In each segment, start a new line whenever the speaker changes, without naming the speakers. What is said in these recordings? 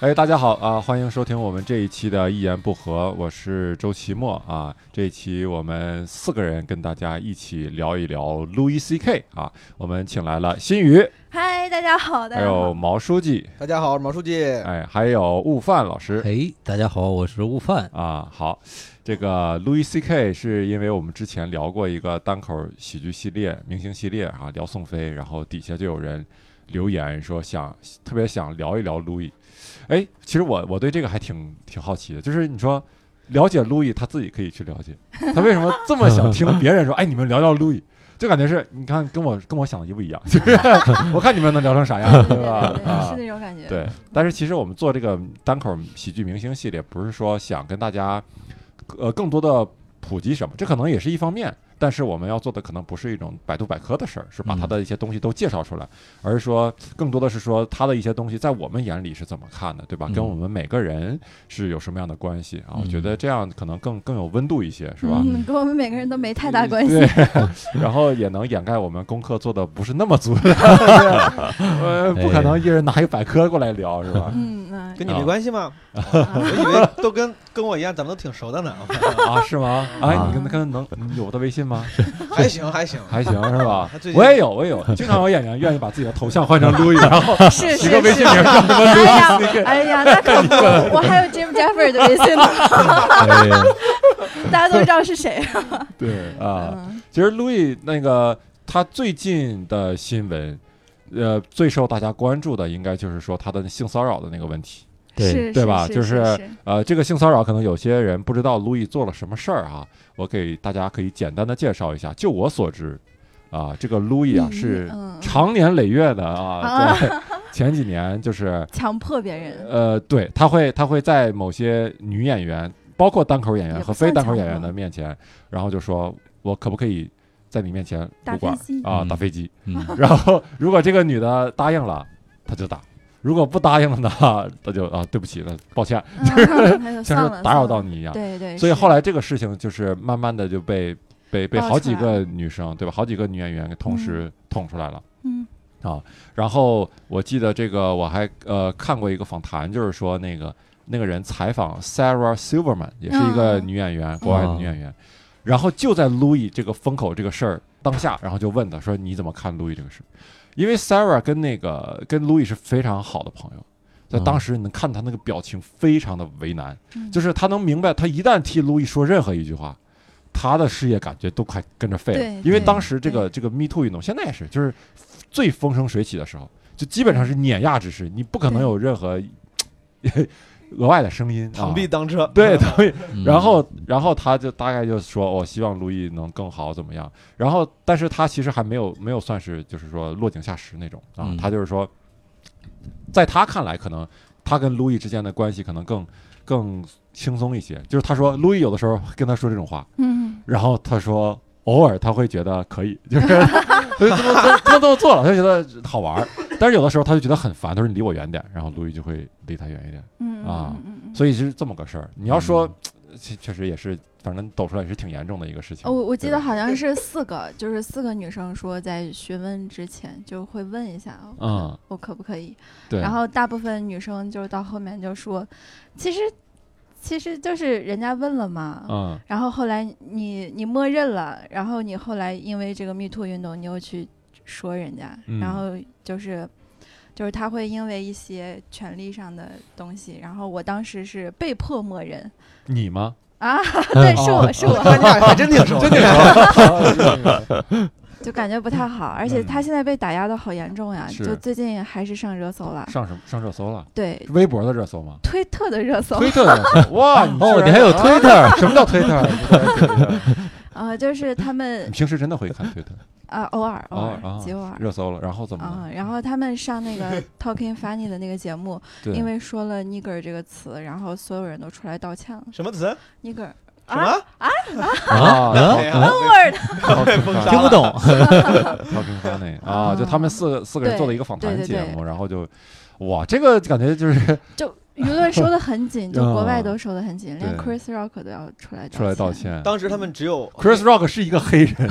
哎，大家好啊、欢迎收听我们这一期的《一言不合》，我是周奇墨啊。这一期我们四个人跟大家一起聊一聊 Louis C.K. 啊，我们请来了新宇，
嗨，大家好，大
还
家好。
有毛书记，
大家好，毛书记，
哎，还有悟饭老师。
哎，大家好，我是 悟饭。
啊，好，这个 Louis C.K. 是因为我们之前聊过一个单口喜剧系列、明星系列啊，聊宋飞，然后底下就有人留言说想特别想聊一聊 Louis。哎，其实我我对这个还挺挺好奇的，就是你说了解 Louis，他自己可以去了解，他为什么这么想听别人说？哎，你们聊聊 Louis。就感觉是，你看跟我跟我想的一不一样，就是 我看你们能聊成啥样，
对
对
对
吧
对？对
啊
是那种感觉。
对，但是其实我们做这个单口喜剧明星系列，不是说想跟大家呃更多的普及什么，这可能也是一方面。但是我们要做的可能不是一种百度百科的事儿，是
嗯
把他的一些东西都介绍出来，而是说更多的是说他的一些东西在我们眼里是怎么看的，对吧？跟
嗯
我们每个人是有什么样的关系啊？我觉
嗯
得这样可能更更有温度一些，是吧？
嗯，跟我们每个人都没太大关系。
对， 然后也能掩盖我们功课做的不是那么 足的，呃，不可
哎
能一人拿一百科过来聊，是吧？
嗯嗯，
跟你没关系吗？我
啊
以为都跟跟我一样，咱们都挺熟的呢。
啊，是吗？哎，
啊
你跟他跟能有他微信吗？
还行还行，
还行是吧
他最？近
我也有，我也有。经常有演员愿意把自己的头像换成 Louis，然后
是
一个
是
微
是
信。名叫什么
哎
Louis，
呀，哎呀，那可不，我还有 Jim Jeffer 的微 信呢，
哎，
大家都知道是谁。
对啊。
嗯，
其实 Louis 那个他最近的新闻，呃，最受大家关注的应该就是说他的性骚扰的那个问题。
对，
是，
对吧就是
是
呃，这个性骚扰可能有些人不知道 Louis 做了什么事儿啊，我给大家可以简单的介绍一下。就我所知，啊，这个 Louis 啊
嗯
是
嗯
长年累月的啊
啊，
在前几年就是。
强迫别人。
呃，对，他会他会在某些女演员，包括单口演员
也
和
不
非
算
单口
强
演员
吧
的面前，然后就说我可不可以在你面前
打
撸管儿
飞机
啊打
嗯
飞机？
嗯，
然后如果这个女的答应了，他就打；如果不答应了呢，他就啊对不起，那抱歉，
嗯他就
像
算
是
了，
打扰
算
到
了。
你一样。
对对，
所以
是
后来这个事情就是慢慢的就被被被
爆
好
出
几
来
个女生对吧，好几个女演员同时捅出来了。
嗯
然后我记得这个我还呃看过一个访谈，就是说那个那个人采访 Sarah Silverman，也是一个
嗯
女演员，国外的女演员。然后就在 Louis 这个风口这个事儿当下，然后就问他说：“你怎么看 Louis 这个事？”因为 Sarah 跟那个跟 Louis 是非常好的朋友，在当时你能看他那个表情非常的为难，
嗯
就是他能明白，他一旦替 Louis 说任何一句话，他的事业感觉都快跟着废了
对。
因为
对
当时这个这个 Me Too 运动，现在也是，就是最风生水起的时候，就基本上是碾压之势，你不可能有任何额外的声音。
螳臂
啊、
当车，
对，螳臂
嗯
然后，然后他就大概就说，我、希望路易能更好，怎么样？然后，但是他其实还没有没有算是就是说落井下石那种啊，
嗯
他就是说，在他看来，可能他跟路易之间的关系可能更更轻松一些。就是他说，路易有的时候跟他说这种话，
嗯，
然后他说偶哦尔他会觉得可以，就是 他他他他都做了，他就觉得好玩儿，但是有的时候他就觉得很烦，他说你离我远点，然后路易就会离他远一点。
嗯
啊，
嗯嗯嗯
所以是这么个事儿。你要说，确确实也是，反正抖出来也是挺严重的一个事情。
哦，我我记
对
得
吧
好像是四个，就是四个女生说在询问之前就会问一下，我可
嗯，
我可不可以？
对，
然后大部分女生就是到后面就说，其实其实就是人家问了嘛，
嗯，
然后后来你你默认了，然后你后来因为这个 Me Too 运动，你又去说人家，
嗯
然后就是。就是他会因为一些权利上的东西，然后我当时是被迫默认
你 吗？
啊，对，是
哦
我是我，
那你俩还真挺熟，真挺熟。
就感觉不太好，而且
嗯
他现在被打压的好严重呀，
是
就最近还是上热搜了，
上什么上热搜了？
对，
微博的热搜 吗？
推特的热搜，
推特的热搜？ 哇，你
哦，
居
你
然啊
还有推特，
什么叫推特？
呃，就是他
你
们
平时真的会看推特？
啊，偶尔偶
偶尔啊
尔，极偶尔。
热搜了，然后怎么
啊、
了？
然后他们上那 个 Talking Funny 的那个节目，
对，
哦因为说了 “nigger” 这个词，然后所有人都出来道歉了。
什么词？
“nigger”，
什么？
啊，
啊
哎呀， 被封杀
听不
了。
懂，
超平凡那啊，就他们四个四个人
对
做的一个访谈
对对
节
对
目，然后就。哇，这个感觉就是
就舆论收的很紧，就国
啊
外都收的很紧，连
对
Chris Rock 都要出来道歉。
出来道。歉。
当时他们只有
Chris Rock 是一个黑人，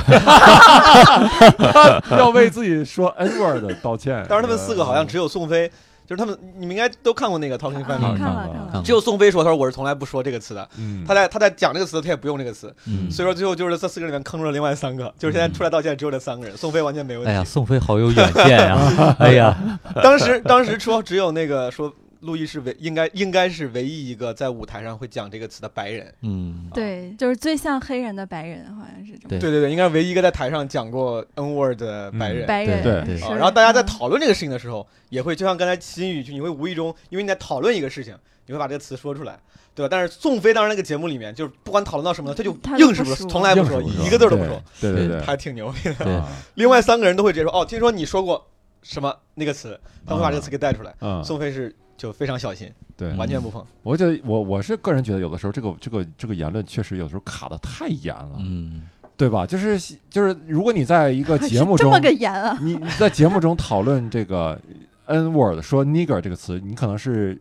他要为自己说 N word 道歉。
当时他们四个好像只有宋飞就是他们，你们应该都看过那个《Talking
看
Family》
了
看
看
了
了
看了
看
只有宋飞说，他说我是从来不说这个词的。
嗯，
他在他在讲这个词，他也不用这个词，
嗯，
所以说最后就是这四个里面坑住了另外三个，就是现在出来道歉只有这三个人，宋飞完全没问题。
哎呀，宋飞好有远见 呀！哎呀，
当时当时说只有那个说路易是唯应该应该是唯一一个在舞台上会讲这个词的白人。
嗯，
对，就是最像黑人的白人，好像是这
对
种
对对对，应该是唯一一个在台上讲过 N word 的白人。
白人。
对
对
是
啊，然后大家在
嗯
讨论这个事情的时候，也会就像刚才新宇，就你会无意中，因为你在讨论一个事情，你会把这个词说出来，对吧？但是宋飞当时那个节目里面，就是不管讨论到什么，他就
他都
硬是
不
说，
说
从来不说，
硬是嗯不
一个字儿都不
对
说，
对对对
还挺牛逼的。
对
啊
另外三个人都会直接说，哦，听说你说过什么那个词，他会把这个词给带出来。
嗯，
宋飞是就非常小心，
对，
完全不碰。
我觉得我我是个人觉得，有的时候这个这个这个言论确实有时候卡的太严了，
嗯，
对吧？就是就是，如果你在一个节目
这
中，
么个严啊！
你你在节目中讨论这个 n word 说 nigger 这个词，你可能是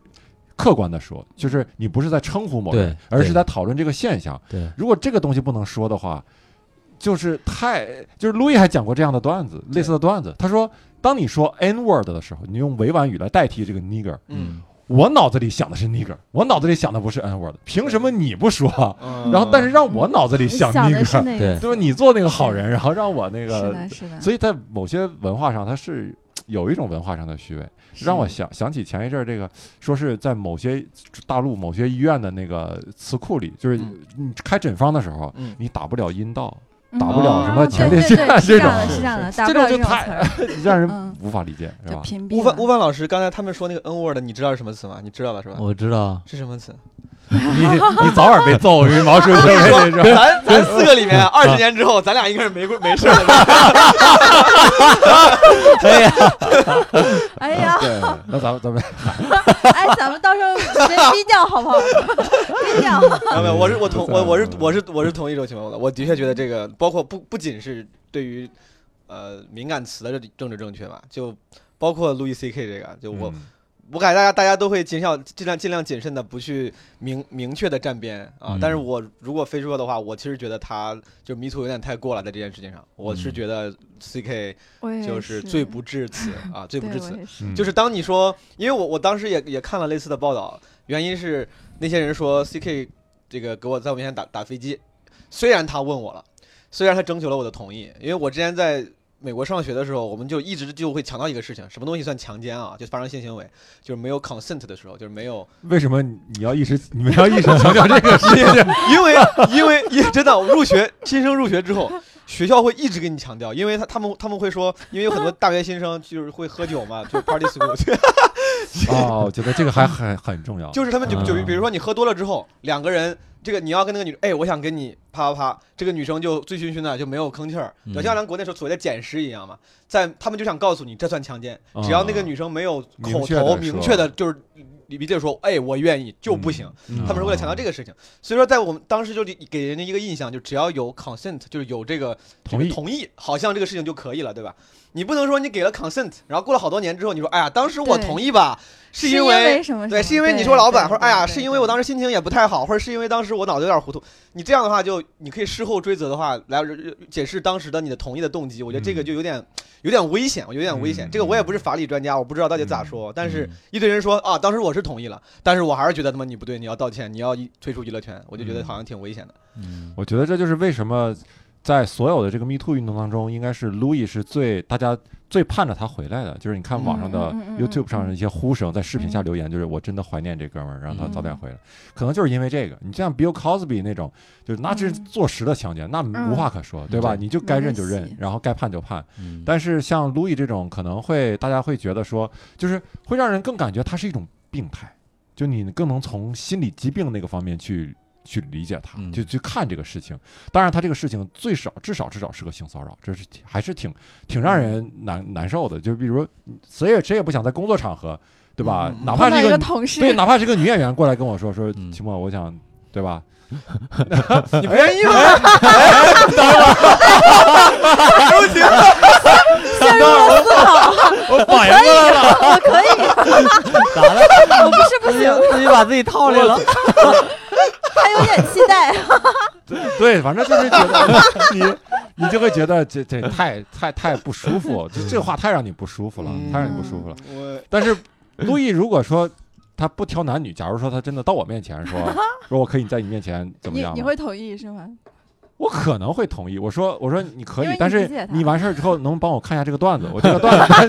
客观的说，就是你不是在称呼某人
对，
而是
对
在讨论这个现象。
对，
如果这个东西不能说的话，就是太就是路易还讲过这样的段子，类似的段子。他说，当你说 n word 的时候，你用委婉语来代替这个 nigger，
嗯，
我脑子里想的是 nigger，我脑子里想的不是 n word，凭什么你不说？
嗯
然后但是让我脑子里想
想的是
nigger，
那
对
个，
就是你做那个好人，然后让我那
是
个
的，是的，
所以在某些文化上，它是有一种文化上的虚伪，让我想想起前一阵儿这个，说是在某些大陆某些医院的那个词库里，就是
嗯
你开诊方的时候，
嗯，
你打不了阴道，
嗯
打
不了什么
哦
前
对
列
对
腺啊
对
这
是这
种
样的，
是
是这样的，
是
打不
这种
了
就
这种词
太
儿，
让人
嗯
无法理解，是
就
吧？
屏蔽
悟饭
了
悟饭老师刚才他们说那个 N word，你知道是什么词吗？你知道了是吧？
我 知道，
是什么词？
你你早晚被揍，是毛叔就被说。
咱咱四个里 面，二十年之后，咱俩应该是没 过没事儿的。
哎呀，
哎呀，
对， 那咱们咱们
哎，咱们到时候 别低调好不 好？低调。
没有没有，我是我同
不在
我我 是我是我是同意周奇墨的。我的确觉得这个，包括不不仅是对于呃敏感词的政治正确吧，就包括路易 C K 这个，就我、
嗯
我感觉大家大家都会尽量尽量尽量谨慎的不去明明确的站边啊。
嗯
但是我如果非说的话，我其实觉得他就迷途有点太过了，在这件事情上，我是
嗯
觉得 C K
我也
就是罪不至此啊，罪不至此。
此。
嗯
就是当你说，因为我我当时也也看了类似的报道，原因是那些人说 CK 这个给我在我面前打打飞机，虽然他问我了，虽然他征求了我的同意，因为我之前在美国上学的时候，我们就一直就会强调一个事情，什么东西算强奸啊？就发生性行为，就是没有 consent 的时候，就是没有，
为什么你要一直你们要 一直强调这个事情？
因为因为也真的，我入学新生入学之后。学校会一直给你强调，因为他他们他们会说，因为有很多大学新生就是会喝酒嘛，就是 party school，
哦，我觉得这个还很很重要。
就是他们就就
嗯
比如说你喝多了之后，两个人这个你要跟那个女，哎，我想跟你啪啪啪，这个女生就醉醺醺的就没有吭气儿，
嗯
就像咱国内说所谓的捡尸一样嘛，在他们就想告诉你这算强奸，
哦
只要那个女生没有
明
口
确地
头
说
明确的就是理理解说，哎，我愿意就不行。
嗯，
他们是为了强调这
个
个事情，所以说在我们当时就给人家一个印象，就只要有 consent，就是有这个这
同
个
意
同意，好像这个事情就可以了，对吧？你不能说你给了 consent，然后过了好多年之后，你说，哎呀，当时我
对
同意吧，是因为
什么？
对，是因为你说老板，或者哎呀，是因为我当时心情也不太好，或者是因为当时我脑子有点糊涂。你这样的话就，你可以事后追责的话来解释当时的你的同意的动机。我觉得这个
嗯
就有点有点危险，我觉得有点危险。
嗯
这个我也不是法理专家，我不知道到底咋说。但是
嗯
一堆人说啊，当时我是同意了，但是我还是觉得他妈你不对，你要道歉，你要一退出娱乐圈，我就觉得
嗯
好像挺危险的。
嗯，
我觉得这就是为什么在所有的这个 Me Too 运动当中，应该是 Louis 是最大家最盼着他回来的。就是你看网上的
嗯嗯嗯嗯嗯
YouTube 上的一些呼声，在视频下留言，就是我真的怀念这哥们儿，让他早点回来。可能就是因为这个，你像 Bill Cosby 那种，就是那这是
嗯
坐实的强奸，那
嗯
无话可说，对吧？
对
你就该认就
没得
认
洗，
然后该判就判。
嗯
但是像 Louis 这种，可能会大家会觉得说，就是会让人更感觉他是一种病态，就你更能从心理疾病那个方面去去理解他，
嗯
就去看这个事情。当然，他这个事情最少至少至少是个性骚扰，这是挺还是挺挺让人难难受的。就比如说谁也谁也不想在工作场合，对吧？
嗯嗯
哪怕
碰到
是
一
个
个同
对，
事，
哪怕是个女演员过来跟我说说，
嗯
秦墨，我想。对吧？
你不愿意吗？
陷入了思考，
我反应过来了，
我可以，
咋了？
我不是不
自己
行，
自己把自己套里了。
还有点期待。
对，反正就是觉得你，你就会觉得这这太太太不舒服，就这话太让你不舒服了，
嗯
太让你不舒服了。
我
但是路易如果说他不挑男女，假如说他真的到我面前说说我可以在你面前 怎么
你
样吗，
你会同意是吗？
我可能会同意。我说我说你可
因
以，
为你
但是
理解他
你完事儿之后能不能帮我看一下这个段子？我这个段 子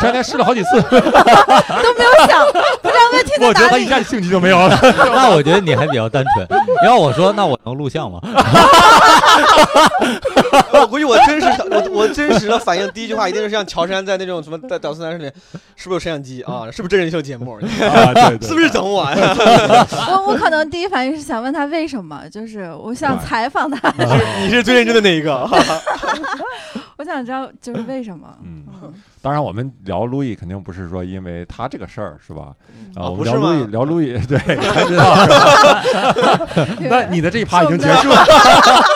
前两天试了好几次，
都没有想，不知道问题在
我觉得
哪
他一
里。
下兴趣就没有了。
那我觉得你还比较单纯。你要我说，那我能录像吗？
呃我估计我真实我我真实的反应，第一句话一定是像乔杉在那种什么在《屌丝男士》里，是不是有摄像机啊？是不是真人秀 节目？
啊，对
是不是整我呀？
我我可能第一反应是想问他为什么，就是我想
对
采访他，
你是你是最认真的那一个。
我想知道就是为什么。
嗯
嗯，
当然，我们聊路易肯定不是说因为他这个事儿是吧？
啊
嗯
啊，我
不
们
是
聊路易
吗
聊路易， 对，才知道是吧？
嗯
那你的这一趴已 经结束了，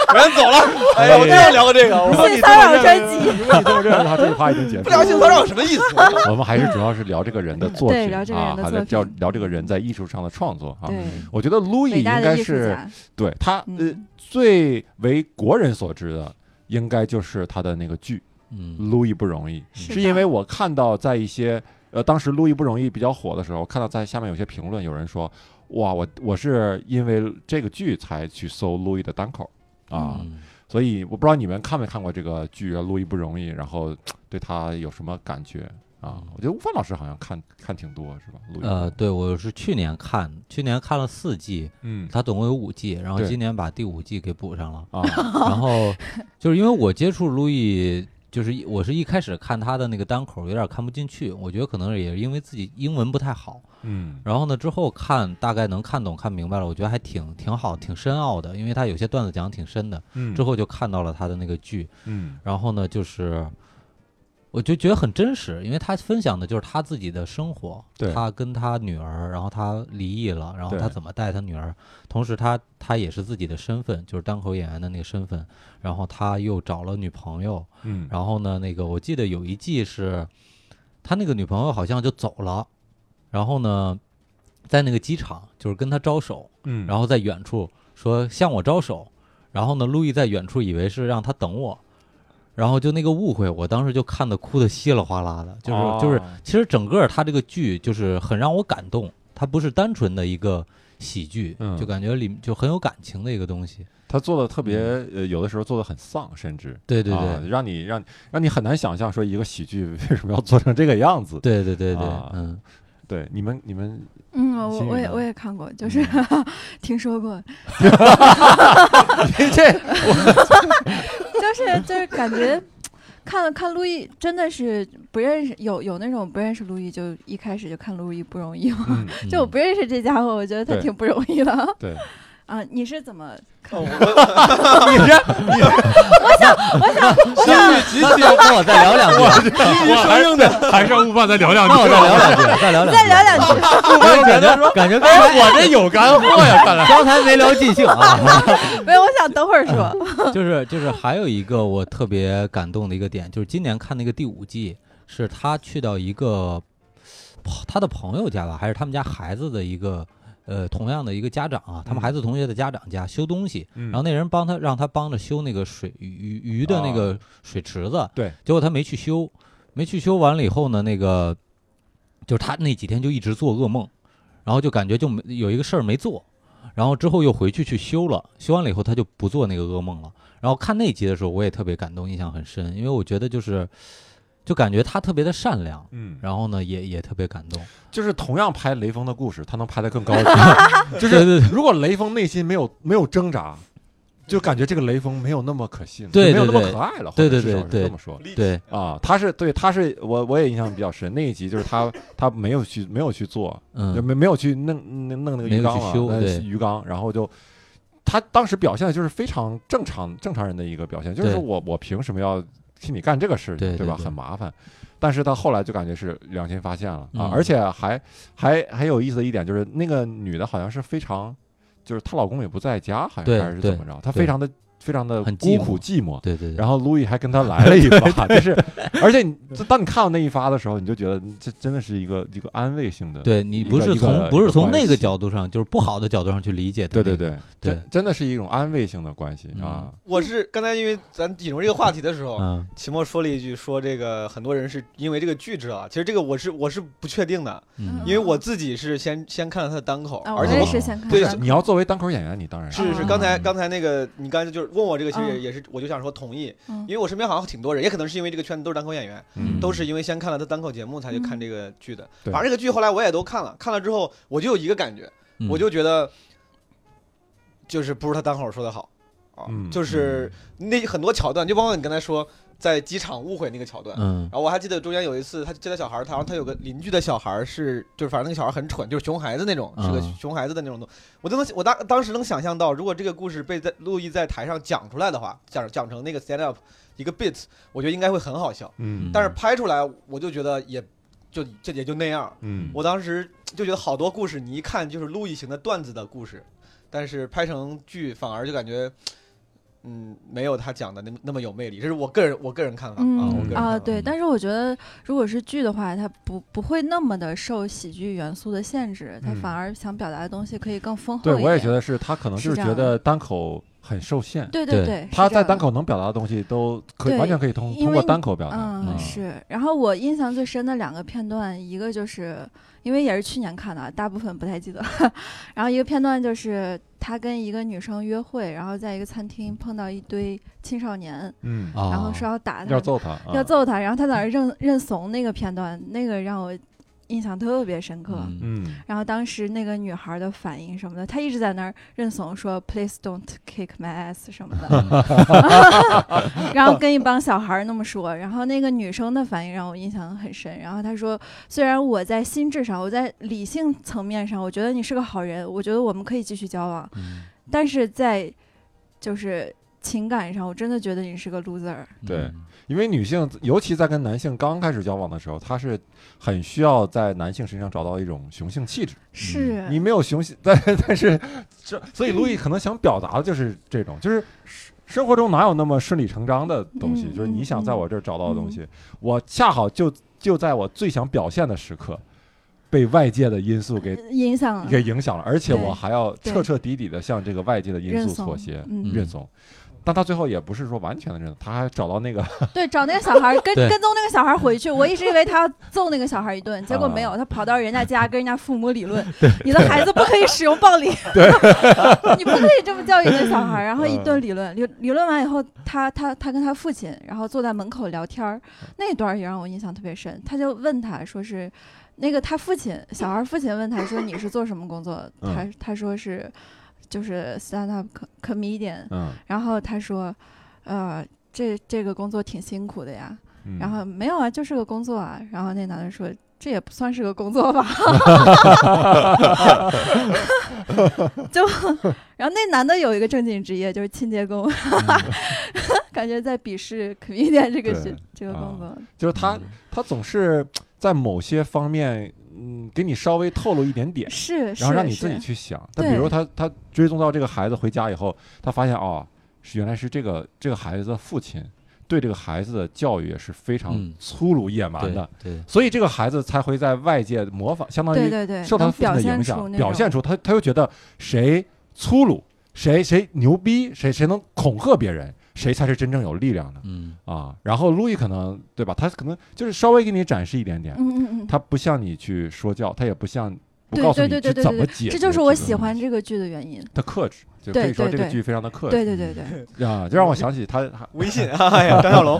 我先走了。哎呀，我就要聊过这个。我 说你
性骚扰专辑，
如果你这么认为的话，这一趴已经结束
不聊
了。
性骚扰有什么意思？
我们还是主要是聊这个人的作
对
品
聊这个
啊，
人的
还在
作
聊
品
聊这个人在艺术上的创作啊。
对，
嗯
我觉得路易
伟
应
大的
该
艺术
是
家，
对他呃
嗯，
最为国人所知的，应该就是他的那个剧《
嗯，
路易不容易》，
是
是因为
的
我看到在一些呃，当时《路易不容易》比较火的时候，看到在下面有些评论，有人说：“哇，我我是因为这个剧才去搜路易的单口啊。
嗯
所以我不知道你们看没看过这个剧《啊，《路易不容易》，然后对他有什么感觉啊
嗯？
我觉得吴凡老师好像看看挺多是吧？路易不容易
呃，，对，我是去年看，去年看了四季，
嗯
它总共有五季，然后
对
今年把第五季给补上了。
啊，
然后就是因为我接触路易，就是一我是一开始看他的那个单口有点看不进去，我觉得可能也是因为自己英文不太好。
嗯
然后呢，之后看大概能看懂、看明白了，我觉得还挺挺好、挺深奥的，因为他有些段子讲得挺深的。
嗯，
之后就看到了他的那个剧，
嗯
然后呢，就是我就觉得很真实，因为他分享的就是他自己的生活，
对
他跟他女儿，然后他离异了，然后
对
他怎么带他女儿，同时他他也是自己的身份，就是单口演员的那个身份，然后他又找了女朋友，
嗯，
然后呢，那个我记得有一季是他那个女朋友好像就走了，然后呢，在那个机场就是跟他招手，
嗯
然
后
后在远处说向我招手，然后呢，路易在远处以为是让他等我，然后就那个误会，我当时就看的哭的稀里哗啦的，就是、
啊
就是，其实整个他这个剧就是很让我感动，它不是单纯的一个喜剧，
嗯
就感觉里就很有感情的一个东西。
他做的特别呃，有的时候做的很丧，甚至
嗯对对对、
啊，让你让让你很难想象说一个喜剧为什么要做成这个样子。
对对对对，
啊
嗯，
对，你们你们
嗯，我
幸运啊嗯
我也
的
我也看过，就是 听说过，
这
就是就是感觉看看路易真的是不认识，有有那种不认识路易就一开始就看路易不容易吗？
嗯
就我
嗯
不认识这家伙，我觉得他
对
挺不容易的
对，
啊！你是怎么？
你这
性欲极
那那那我再聊两句，
其生硬的，
还是让悟饭再聊 两
那我再聊两句，再聊两句，啊
再聊两句，
我感觉感觉刚哎才我这有干货呀，看来刚才没聊尽兴啊。
没有，我想等会儿
嗯
说。
就是就是还有一个我特别感动的一个点，就是今年看那个第五季，是他去到一个朋他的朋友家吧，还是他们家孩子的一个呃同样的一个家长啊，他们
嗯
孩子同学的家长家修东西，
嗯
然后那人帮他让他帮着修那个水鱼鱼鱼的那个水池子，
啊对，
结果他没去修，没去修完了以后呢，那个就是他那几天就一直做噩梦，然后就感觉就没有一个事儿没做，然后之后又回去去修了，修完了以后他就不做那个噩梦了。然后看那集的时候，我也特别感动，印象很深，因为我觉得就是就感觉他特别的善良，
嗯，
然后呢也也特别感动，
就是同样拍雷锋的故事，他能拍得更高级。就
对
是
对对
如果雷锋内心没有没有挣扎，就感觉这个雷锋没有那么可信，
对
就没有那么
对对
可爱了，
对对
或者至少
对
是
对
这么说。
对
啊，他是对，他是我我也印象比较深那一集，就是他他没有去没有去做，就
嗯
没没有去弄弄弄那个
没有
鱼缸
去
了，
修
呃
对
鱼缸，然后就他当时表现的就是非常正常正常人的一个表现，就是
对
说我我凭什么要替你干这个事情，
对对
吧？
对
很麻烦。但是他后来就感觉是良心发现了啊，
嗯
而且还还还有意思的一点就是，那个女的好像是非常，就是她老公也不在家，好像
对
还是怎么着，她非常的非常的
很
孤
寂
苦寂寞。
对对对，
然后路易还跟 他来了一发，就是，而且你就当你看到那一发的时候，你就觉得这真的是一个一个安慰性的，
对你
一个
不是
一个一
从
个
不是从
关
那个
系
角度上，就是不好的角度上去理解它
对
那个。
对对，
对
真真的是一种安慰性的关系啊，
我是刚才因为咱引入这个话题的时候，
嗯，
秦墨说了一句，说这个很多人是因为这个剧知道的，其实这个我是我是不确定的，
嗯
因为我自己是先先看了他的单口，
啊，我
而且
也
我
是先看
对
单
是
口
你要作为单口演员，你当然
是是
啊
刚才
嗯
刚才那个你刚才就是问我这个，其实
嗯
也是我就想说同意，
嗯
因为我身边好像挺多人，也可能是因为这个圈子都是单口演员，
嗯
都是因为先看了他单口节目才去
嗯
看这个剧的。
对
反正这个剧后来我也都看了，看了之后我就有一个感觉，
嗯
我就觉得就是不如他单口说的好啊
嗯，
就是那很多桥段，就包括你刚才说在机场误会那个桥段，
嗯
然后我还记得中间有一次，他接他小孩儿，他然后他有个邻居的小孩儿是，就是反正那个小孩儿很蠢，就是熊孩子那种，是个
嗯
熊孩子的那种东我都能，我当当时能想象到，如果这个故事被在陆毅在台上讲出来的话，讲讲成那个 stand up 一个 bit，我觉得应该会很好笑。
嗯
但是拍出来，我就觉得也就这也就那样。
嗯
我当时就觉得好多故事，你一看就是陆毅型的段子的故事，但是拍成剧反而就感觉。嗯，没有他讲的那么那么有魅力，这是我个人我个人看法、啊，我个
嗯
人看
啊，
法
对，但是我觉得如果是剧的话，它不不会那么的受喜剧元素的限制，它
嗯
反而想表达的东西可以更丰厚
对
一点。
我也觉得是他可能就是
是这
觉
样
得单口很受限，
对
对
对，是
他
这
在
样
单口能表达的东西都可以
对
完全可以通
因
通过
为
单口表达，
嗯，
嗯
是。然后我印象最深的两个片段，一个就是因为也是去年看的，大部分不太记得。 然后一个片段就是他跟一个女生约会，然后在一个餐厅碰到一堆青少年，
嗯，
啊，
然后说要打他，
要揍他，啊
要，揍他，然后他在那儿认认怂那个片段，那个让我印象特别深刻。
嗯
嗯
然后当时那个女孩的反应什么的，她一直在那儿认怂说 “Please don't kick my ass” 什么的，然后跟一帮小孩儿那么说。然后那个女生的反应让我印象很深。然后她说：“虽然我在心智上，我在理性层面上，我觉得你是个好人，我觉得我们可以继续交往，
嗯
但是在就是情感上，我真的觉得你是个 loser。
对
嗯
因为女性，尤其在跟男性刚开始交往的时候，她是很需要在男性身上找到一种雄性气质。
是”
你没有雄性，但但是这，所以路易可能想表达的就是这种，就是生生活中哪有那么顺理成章的东西？
嗯
就是你想
嗯
在我这儿找到的东西，我恰好就就在我最想表现的时刻，被外界的因素给
影响了
给影响了，而且
嗯对
我还要
对
彻彻底底的向这个外界的因
认
素
怂
妥协。
嗯，
认怂，但他最后也不是说完全的认怂，他还找到那个
对，找那个小孩儿跟
对
跟踪那个小孩儿回去，我一直以为他要揍那个小孩儿一顿，结果没有，他跑到人家家跟人家父母理论，你的孩子不可以使用暴力， 你不可以这么教育你的小孩儿，然后一顿理论，理理论完以后，他他他跟他父亲，然后坐在门口聊天儿，那段儿也让我印象特别深，他就问他说是。那个他父亲，小孩儿父亲问他说：“你是做什么工作的？”
嗯
他他说是，就是 stand up co- comedian。
嗯，
然后他说，呃，这这个工作挺辛苦的呀。
嗯
然后没有啊，就是个工作啊。然后那男的说，这也不算是个工作吧。 就，然后那男的有一个正经职业，就是清洁工， 感觉在鄙视 comedian 这个
嗯对啊
是这个工作。
就是他他总是在某些方面，嗯，给你稍微透露一点点，
是，
然后让
是
你自己
是
去想。但
对
比如他他追踪到这个孩子回家以后，他发现哦，是原来是这个这个孩子的父亲对这个孩子的教育也是非常
嗯
粗鲁野蛮
对
的，
对，
所以这个孩子才会在外界模仿，相当于
对对对，
受他
能
父亲
表
的
现
影
出
响，
那
表
种
现出他，他又觉得谁粗鲁，谁谁牛逼，谁谁能恐吓别人，谁才是真正有力量的
嗯
啊。然后路易可能对吧？他可能就是稍微给你展示一点点，
嗯嗯嗯，
他不向你去说教，他也不向不
对
告诉
对
你
对
去
对对
怎
对
么解决个
这
问题。
就是我喜欢这个剧的原因。
他克制，就
对
可以说
对
这个
对
剧非常的克制
对对对 对，
啊，就让我想起 他还
微信， 哎呀，张小龙，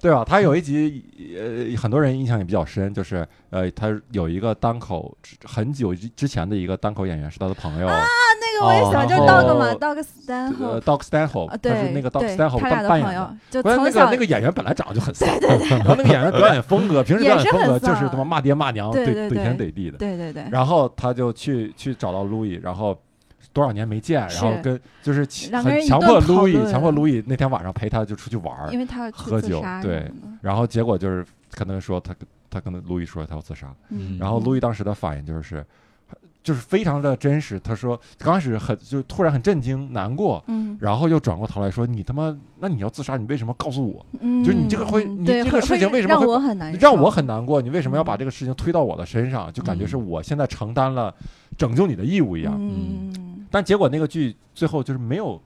对吧？他有一集，呃，很多人印象也比较深，就是呃，他有一个单口很久之前的一个单口演员是他的朋友。
啊那个我也喜欢，
哦
就是
然
dog
后
嘛，dog
呃
Stanhope
，Doc Stanhope，、
啊，
他是
对，
那个 Doc
对
Stanhope
他俩
扮
的
扮
朋
演的。
友，就
关键那
从
个
小
那个演员本来长得就很丧，然后那个演员表演风格，平时表演风格就是他妈骂爹骂娘，
也是很丧
怼
对
怼
对对
天怼地的。
对对对，
然后他就去去找到 Louis，然后多少年没见，然
是
后跟就是起
两个
很
人一
强迫
顿讨
Louis，
论
强迫 Louis 那天晚上陪他就出去玩儿
因为他要去
喝
自
酒
杀
对
什么嗯
然后结果就是可能说他他跟 Louis 说他要自杀，
的，嗯
然后
嗯
Louis 当时的反应就是。就是非常的真实。他说刚开始很就突然很震惊、难过，
嗯
然后又转过头来说：“你他妈，那你要自杀，你为什么告诉我？
嗯，
就是你这个会
嗯
你
对
这个
会
事情
会
为什么
让
会
我很难受，
让我很难过，你为什么要把
嗯
这个事情推到我的身上？就感觉
嗯
是我现在承担了拯救你的义务一样。
嗯。
但结果那个剧最后就是没有，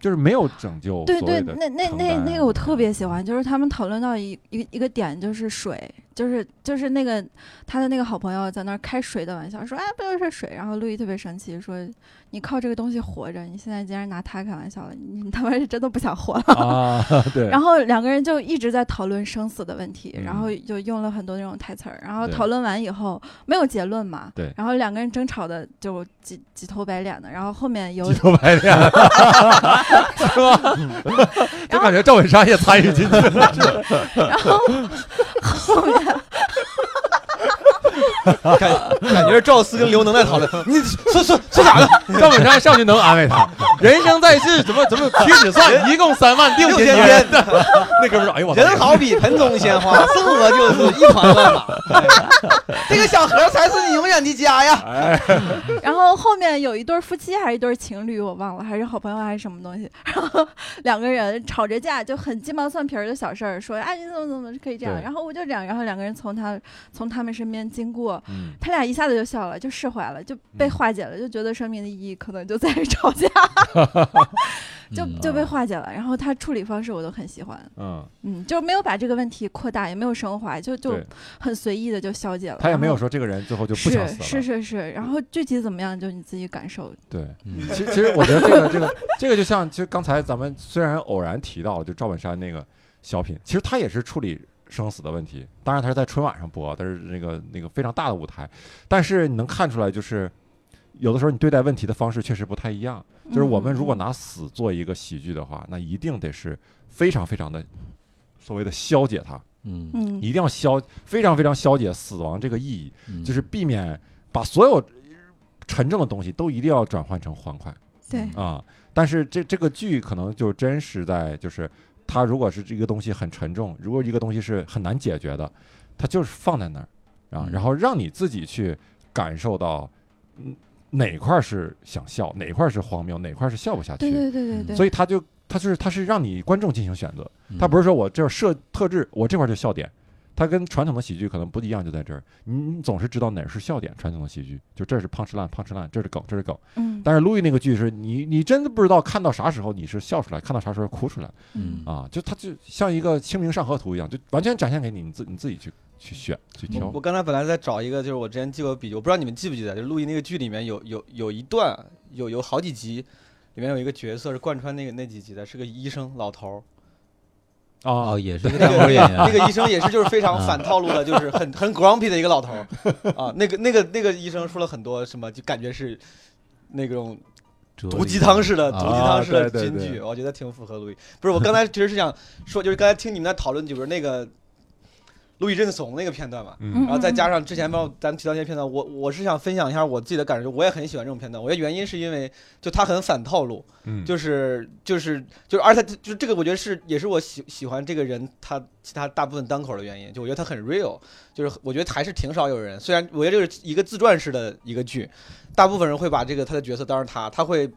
就是没有拯救
对
所谓，
对
的
那那
承
那
担啊嗯
那个我特别喜欢，就是他们讨论到一一个一个点，就是水，就是就是那个他的那个好朋友在那儿开水的玩笑，说哎不就是水，然后路易特别生气，说你靠这个东西活着，你现在竟然拿它开玩笑了，你你他妈是真的不想活了。
啊，对，
然后两个人就一直在讨论生死的问题，
嗯
然后就用了很多那种台词儿。然后
对
讨论完以后没有结论嘛，
对
然后两个人争吵的就几几头白脸的，然后后面有
鸡头白脸 是吧？就感觉赵本山也参与进去了，
感感觉是赵四跟刘能在讨论，你说说说啥呢？
赵本山上去能安慰 他，人生在世怎么怎么屈指 算，一共三万六
六
千
千
天。
天，
那哥们儿，哎呦我操，
人好比盆中鲜花，生活就是一团乱麻。 哎这个小盒才是你永远的家呀！
然后后面有一对儿夫妻还是一对儿情侣，我忘了，还是好朋友还是什么东西， 然后两个人吵着架，就很鸡毛蒜皮儿的小事儿，说哎你怎么怎么可以这样，
对
然后我就这样，然后两个人从他从他们身边经过。
嗯，
他俩一下子就笑了，就释怀了，就被
嗯
化解了，就觉得生命的意义可能就在 于吵架，就
嗯
哦
就被化解了。然后他处理方式我都很喜欢，
嗯，
嗯，就没有把这个问题扩大，也没有升华，就就
对
很随意的就消解了。
他也没
然
有
后
说这个人最后就不想死了，
是是是是，然后具体怎么样就你自己感受。
对。
嗯
其其实我觉得这个这个这个就像，其实刚才咱们虽然偶然提到了就赵本山那个小品，其实他也是处理生死的问题。当然他是在春晚上播，但是那个那个非常大的舞台，但是你能看出来，就是有的时候你对待问题的方式确实不太一样。就是我们如果
嗯
拿死做一个喜剧的话，那一定得是非常非常的所谓的消解它，
嗯
嗯
一定要消非常非常消解死亡这个意义。
嗯，
就是避免把所有沉重的东西都一定要转换成欢快
对
啊。但是这这个剧可能就真实在就是，它如果是这个东西很沉重，如果一个东西是很难解决的，它就是放在那儿啊，
嗯
然后让你自己去感受到，嗯，哪块儿是想笑，哪块儿是荒谬，哪块儿是笑不下去。嗯
对对对对对，
所
以
以它就它就是它是让你观众进行选择，
嗯
他不是说我这儿设特质，我这块儿就笑点，它跟传统的喜剧可能不一样，就在这儿，你你总是知道哪儿是笑点。传统的喜剧就这是 punch line punch line，这是梗，这是梗。
嗯
但是路易那个剧是你你真的不知道看到啥时候你是笑出来，看到啥时候哭出来
嗯
啊，就它就像一个清明上河图一样，就完全展现给你，你自你自己去去选去挑
我。我刚才本来在找一个，就是我之前记过笔，我不知道你们记不记得，就陆毅那个剧里面有有有一段，有有好几集，里面有一个角色是贯穿那个那几集的，是个医生老头儿。
啊
啊
哦，，也是一个
那
单口
个
演
那
员，
个医生也是就是非常反套路的，就是很很 grumpy 的一个老头儿啊。那个那个那个医生说了很多什么，就感觉是那种
哲
毒
理
鸡汤式的、
啊
毒鸡汤式的
对对
金
对
句，我觉得挺符合路易。不是，我刚才其实是想说，就是刚才听你们在讨论，就是那个路易认怂那个片段嘛。
嗯
然后再加上之前帮我咱们提到那些片段，我我是想分享一下我自己的感受，我也很喜欢这种片段。我觉得原因是因为就它很反套路，
嗯，
就是就是就是，而且它就这个我觉得是也是我喜喜欢这个人他其他大部分单口的原因，就我觉得他很 real，就是我觉得还是挺少有人，虽然我觉得这是一个自传式的一个剧，大部分人会把这个他的角色当成他，他会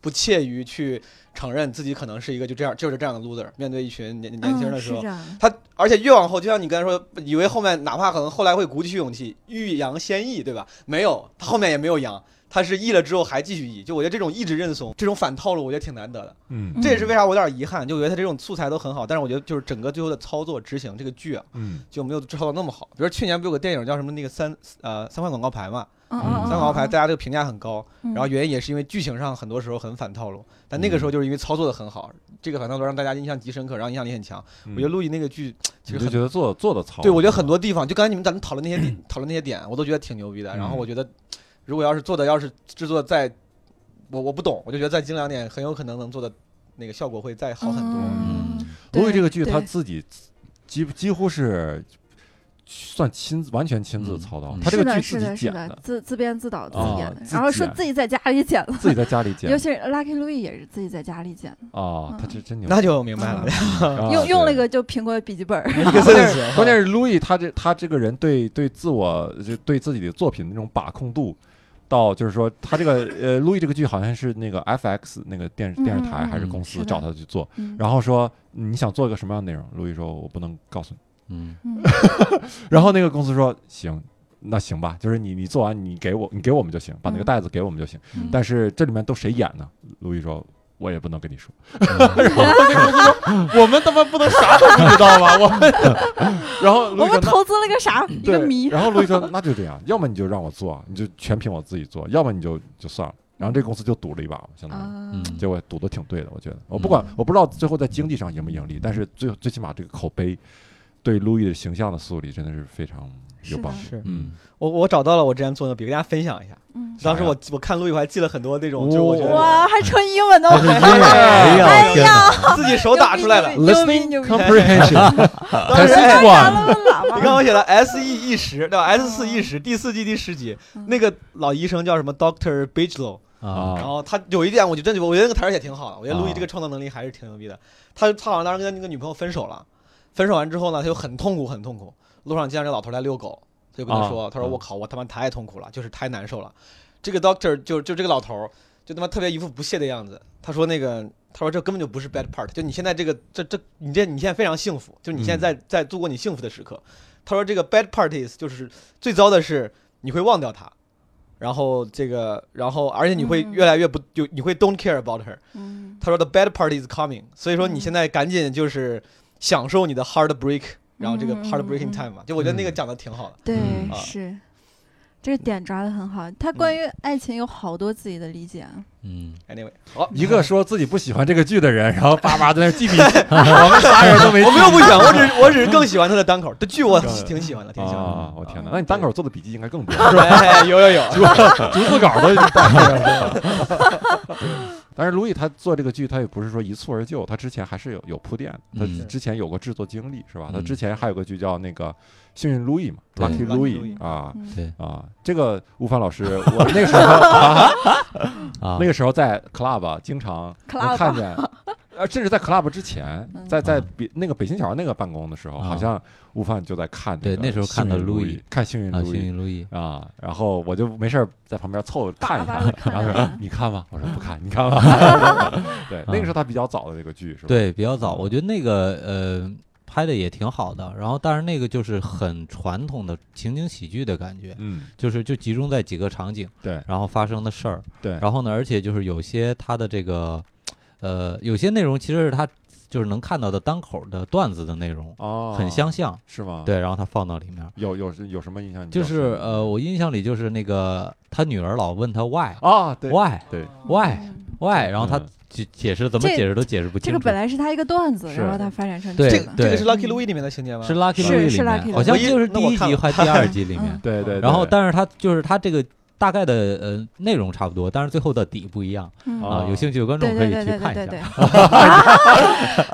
不怯于去承认自己可能是一个就这样就是这样的 loser，面对一群年年轻人的时候
嗯是这，样，
他而且越往后，就像你刚才说，以为后面哪怕可能后来会鼓起勇气，欲扬先抑，对吧？没有，他后面也没有扬，他是抑了之后还继续抑。就我觉得这种意志认怂，这种反套路，我觉得挺难得的。
嗯
这也是为啥我有点遗憾，就我觉得他这种素材都很好，但是我觉得就是整个最后的操作执行这个剧啊，
嗯
就没有操作那么好。比如去年不有个电影叫什么那个三呃三块广告牌嘛，
嗯
嗯
三
嗯
块
三
广告牌
嗯
大家这个评价很高，
嗯
然后原因也是因为剧情上很多时候很反套路，但那个时候就是因为操作的很好，这个反套路让大家印象极深刻，然后影响力很强。
嗯
我觉得陆毅那个剧其
你
实
就
很
觉得做做的糙，
对，我觉得很多地方，就刚才你们咱们讨论那些 地讨论那些点，我都觉得挺牛逼的。然后
嗯
我觉得，如果要是做的要是制作再，我我不懂，我就觉得再精良点，很有可能能做的那个效果会
哦
再好很多。
嗯
嗯
所以这个剧
对
他自己几几乎是算亲自完全亲自操刀
嗯，嗯
他这
是
个
的，
剧自
是
己
的，是
剪
的，自自编自导自
啊
演的，
自
然后说
剪
自己在家里剪了，
自己在家里剪
尤其是 Lucky Louie 也是自己在家里剪的，
啊，他
嗯
这真牛，
那就明白了。
啊
用用了
对
一。个就苹果笔 记本儿，
一个 sense，
关键是 Louis 他这他这个人对对自我就对自己的作品的那种把控度，到就是说他这个呃 Louis 这个剧好像是那个 FX 那个电
嗯
电视台还是
嗯
公司
是的
找他去做，
嗯
然后说你想做一个什么样的内容，Louis 说我不能告诉你，
嗯，
嗯
然后那个公司说行。那行吧，就是你你做完你给我你给我们就行，把那个
嗯
袋子给我们就行。
嗯
但是这里面都谁演呢？路易说，我也不能跟你说。
嗯
我们他妈 不能啥都不 知道吧？我们， 然后路
我
易说
们
那
投资了个啥？一个
对
谜。
然后路易说那就这样，要么你就让我做，你就全凭我自己做，要么你就就算了。然后这公司就赌了一把嘛，相当于。
啊，
嗯
结果赌的挺对的，我觉得。我
嗯
不管，我不知道最后在经济上盈不盈利，但是最最起码这个口碑对路易的形象的树立真的是非常有帮助。
是
嗯，
我我找到了我之前做的笔，给大家分享一下。
嗯
当时
啥呀
我我看陆羽还记了很多那种，就是我觉
哇
得
哇，还纯英文呢，
但是 因为哎呀天哪，
自己手打出来了。
牛逼牛逼牛
Listening
逼啊
comprehension，
当
That's
时哎
it
完了问喇
你看
叭，
我写的 S E 一十对吧？S 四一十，第四季第十集
嗯，
那个老医生叫什么 Doctor Bigelow，
哦
啊
然后他有一点我就真觉得，我觉得那个台词也挺好的，我觉得
啊
陆毅这个创造能力还是挺牛逼的。他他好像当时跟那个女朋友分手了，分手完之后呢，他就很痛苦很痛苦，路上见到这老头来遛狗，他就跟他说，
啊
他说
嗯
我靠，我他妈太痛苦了，就是太难受了。这个 Doctor 就就这个老头儿就他妈特别一副不屑的样子，他说那个。他说：“这根本就不是 bad part，就你现在这个，这这，你这你现在非常幸福，就你现在在、在度过你幸福的时刻。”他说：“这个 bad part is 就是最糟的是你会忘掉他，然后这个，然后而且你会
嗯
越来越不就你会 don't care about her。
嗯
他说 the bad part is coming，所以说你
嗯
现在赶紧就是享受你的 heartbreak，然后这个
嗯嗯嗯
heartbreaking
嗯
time 嘛，就我觉得那个
嗯
讲的挺好的。
对
嗯，
啊
是这个点抓的很好。他关于爱情有好多自己的理解啊，
嗯，
Anyway，好，
一个说自己不喜欢这个剧的人，然后叭叭在那记 笔记，我们仨人都没记
我没有不想，我只是我只是更喜欢他的单口，这剧我挺喜欢的，挺喜欢的。
啊！我天哪，那你单口做的笔记应该更多，
哎，有有有，
逐字稿都大概是吧 但是卢毅他做这个剧，他也不是说一蹴而就，他之前还是有有铺垫的，他
嗯
之前有过制作经历是吧？他
嗯
之前还有个剧叫那个《幸运路易》嘛，《Lucky
对
Lucky
Louie
Louie》
啊
嗯
对
啊，这个吴凡老师，我那个时候啊
啊，
那个时候在 club 啊经常
Club
能看见，呃，甚至在 club 之前，
嗯
在在
啊
北那个北新桥那个办公的时候，
啊
好像午饭就在看
对那时候看
的
的路易，
看幸运
啊，
路
幸
易
运路易，
啊，然后我就没事儿在旁边凑合看一
叭叭地
下，
看嗯
然后
着
说
看
你看吗？我说不看，你看吗？ 对，那个时候他比较早的那个剧是吧？
对，比较早，我觉得那个呃拍的也挺好的，然后但是那个就是很传统的情景喜剧的感觉，
嗯，
就是就集中在几个场景，
对
然后发生的事儿，
对
然后呢，而且就是有些它的这个呃有些内容其实是它就是能看到的单口的段子的内容，
哦，
很相像，
是吗？，
对，然后它放到里面，
有有有什么印象你比
就
较深？
是呃我印象里就是那个他女儿老问他 why
啊，对
why
对，
why
嗯
why，然后他
嗯
解解释怎么
这
解释都解释哎不
这
清
个
楚
本。来是他一个段子，
是
然后他发展成
对
这
这
个
个。
这个是 Lucky
嗯
Louie 里面的情节吗？
是 Lucky
是
Louie
是
里
Lucky
面，好像
我一
就是
那
第
我
一
看
集
了
还是第二集里面
嗯。
对 对，
然后，
对
但是它就是它这个大概的呃内容差不多，但是最后的底不一样
嗯
啊
啊。有兴趣的观众
对
可以
对对
去
对
看
对对对
一下。，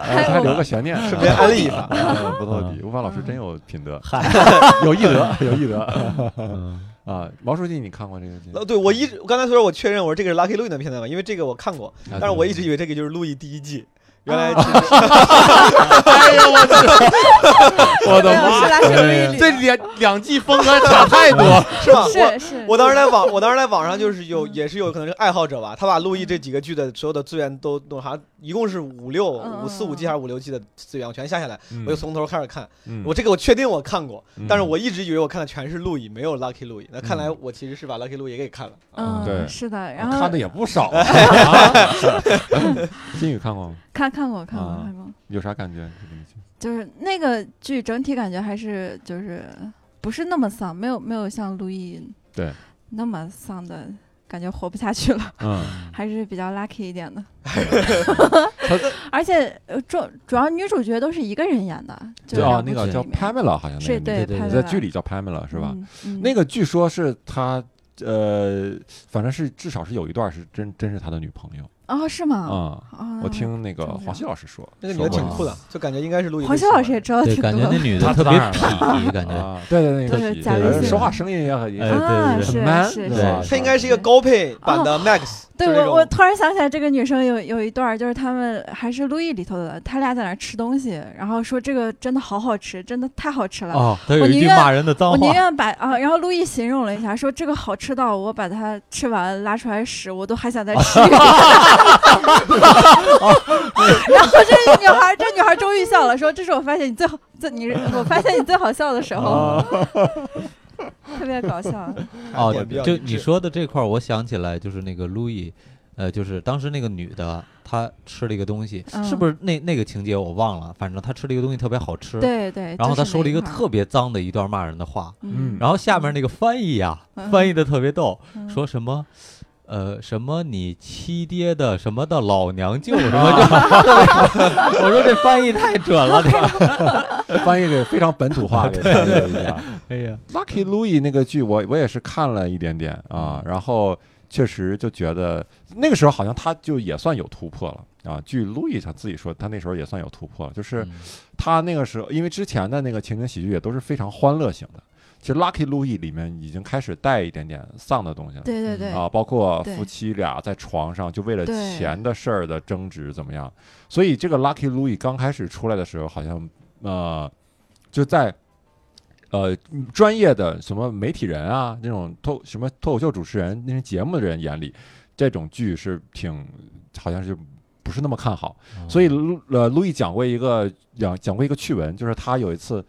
哎还留个悬 念，是
顺便安利一下。
嗯不透底，吴凡老师真
嗯
有品德， 有艺德， 有艺德
嗯
啊！毛书记，你看过这个剧？
呃，对我一直我刚才虽然我确认我说这个是 Lucky Louie 的片段嘛，因为这个我看过，
啊
但是我
对
一直以为这个就是路易第一季，原来
啊
其 实
我
对哎 是
呀
拉丁威利
两两季 风啊格差太多，
是吧？我
是是，
我当时在网，我当时在网上就是有，也是有可能是爱好者吧，他把陆毅这几个剧的所有的资源都弄啥，一共是五六
嗯
五四五 G 还是五六 G 的资源，我全下下来，我就从头开始看。
嗯
我这个我确定我看过，
嗯
但是我一直以为我看的全是陆毅，没有 Lucky 陆毅。那看来我其实是把 Lucky 陆毅给看了。
啊
对
嗯，是的。然后
看的也不少啊啊。 金宇看过吗？
看看过看过
啊
看过，
有啥感觉？这个剧
就是那个剧整体感觉还是就是不是那么丧，没有没有像陆毅
对
那么丧的感觉活不下去了，
嗯，
还是比较 lucky 一点的。 而且呃主主要女主角都是一个人演的，就
叫
两部
哦那个
剧
叫
里面
Pamela，好像那
是
个名
对
对对
字在
Pamela
剧里叫 Pamela 是吧？？
嗯嗯
那个据说是他呃，反正是至少是有一段是真真是他的女朋友
啊，是吗？
啊、
啊，
我听那个
真不啊知道
黄西老师说，
那个女的
说过啊
挺酷的，就感觉应该是陆毅。
黄潇老师也知道挺 多
对，感觉那
的，
女的
他
特别
当然
痞，感 觉
啊，对对
都
对，那个
是
体
假
微信
说话声音也很也
哎
很
啊，
对对
是
很 man，
是
对
是
吧，
她应该是一个高配版的 Max，
哦对
就是那
我，
种
我突然想起来，这个女生有有一段儿，就是他们还是路易里头的，他俩在那儿吃东西，然后说这个真的好好吃，真的太好吃了。
哦，他
我
有一
宁
句
愿
骂人的脏
我宁
话，
愿把啊，然后路易形容了一下，说这个好吃到我把它吃完拉出来屎，我都还 想再吃一遍。然后这女孩，这女孩终于笑了，说：“这是我发现你最好，最你我发现你最好笑的时候， 特别搞笑。
哦
点啊比较，
就
一
你
致
说的这块儿，我想起来就是那个路易，呃，就是当时那个女的，她吃了一个东西，
嗯
是不是那那个情节我忘了？反正她吃了一个东西特别好”吃，
对对。
然后
就
她
是
说了
那
一个
块儿
特别脏的一段骂人的话，
嗯
然后下面那个翻译呀、
嗯
翻译的特别逗，
嗯
说什么。呃，什么你七爹的什么的老娘舅什 么就我说这翻译太准了，这个
翻译的非常本土 化，给翻译了一下。
哎呀，
Lucky Louie 那个剧我，我也是看了一点点啊，然后确实就觉得那个时候好像他就也算有突破了啊。据 Louie 他自己说，他那时候也算有突破了，就是
嗯
他那个时候，因为之前的那个情景喜剧也都是非常欢乐型的，其实 Lucky Louie 里面已经开始带一点点丧的东西了。
对对对
嗯哦
啊，包括
对
夫妻俩在床上就为了
对
钱的事儿的争执怎么样？所以这个 Lucky Louie 刚开始出来的时候，好像呃就在呃专业的什么媒体人啊，那种脱什么脱口秀主持人那些节目的人眼里，这种剧是挺好像是不是那么看好。
嗯
所
哦
以路呃，路易讲过一个讲讲过一个趣闻，就是他有一次，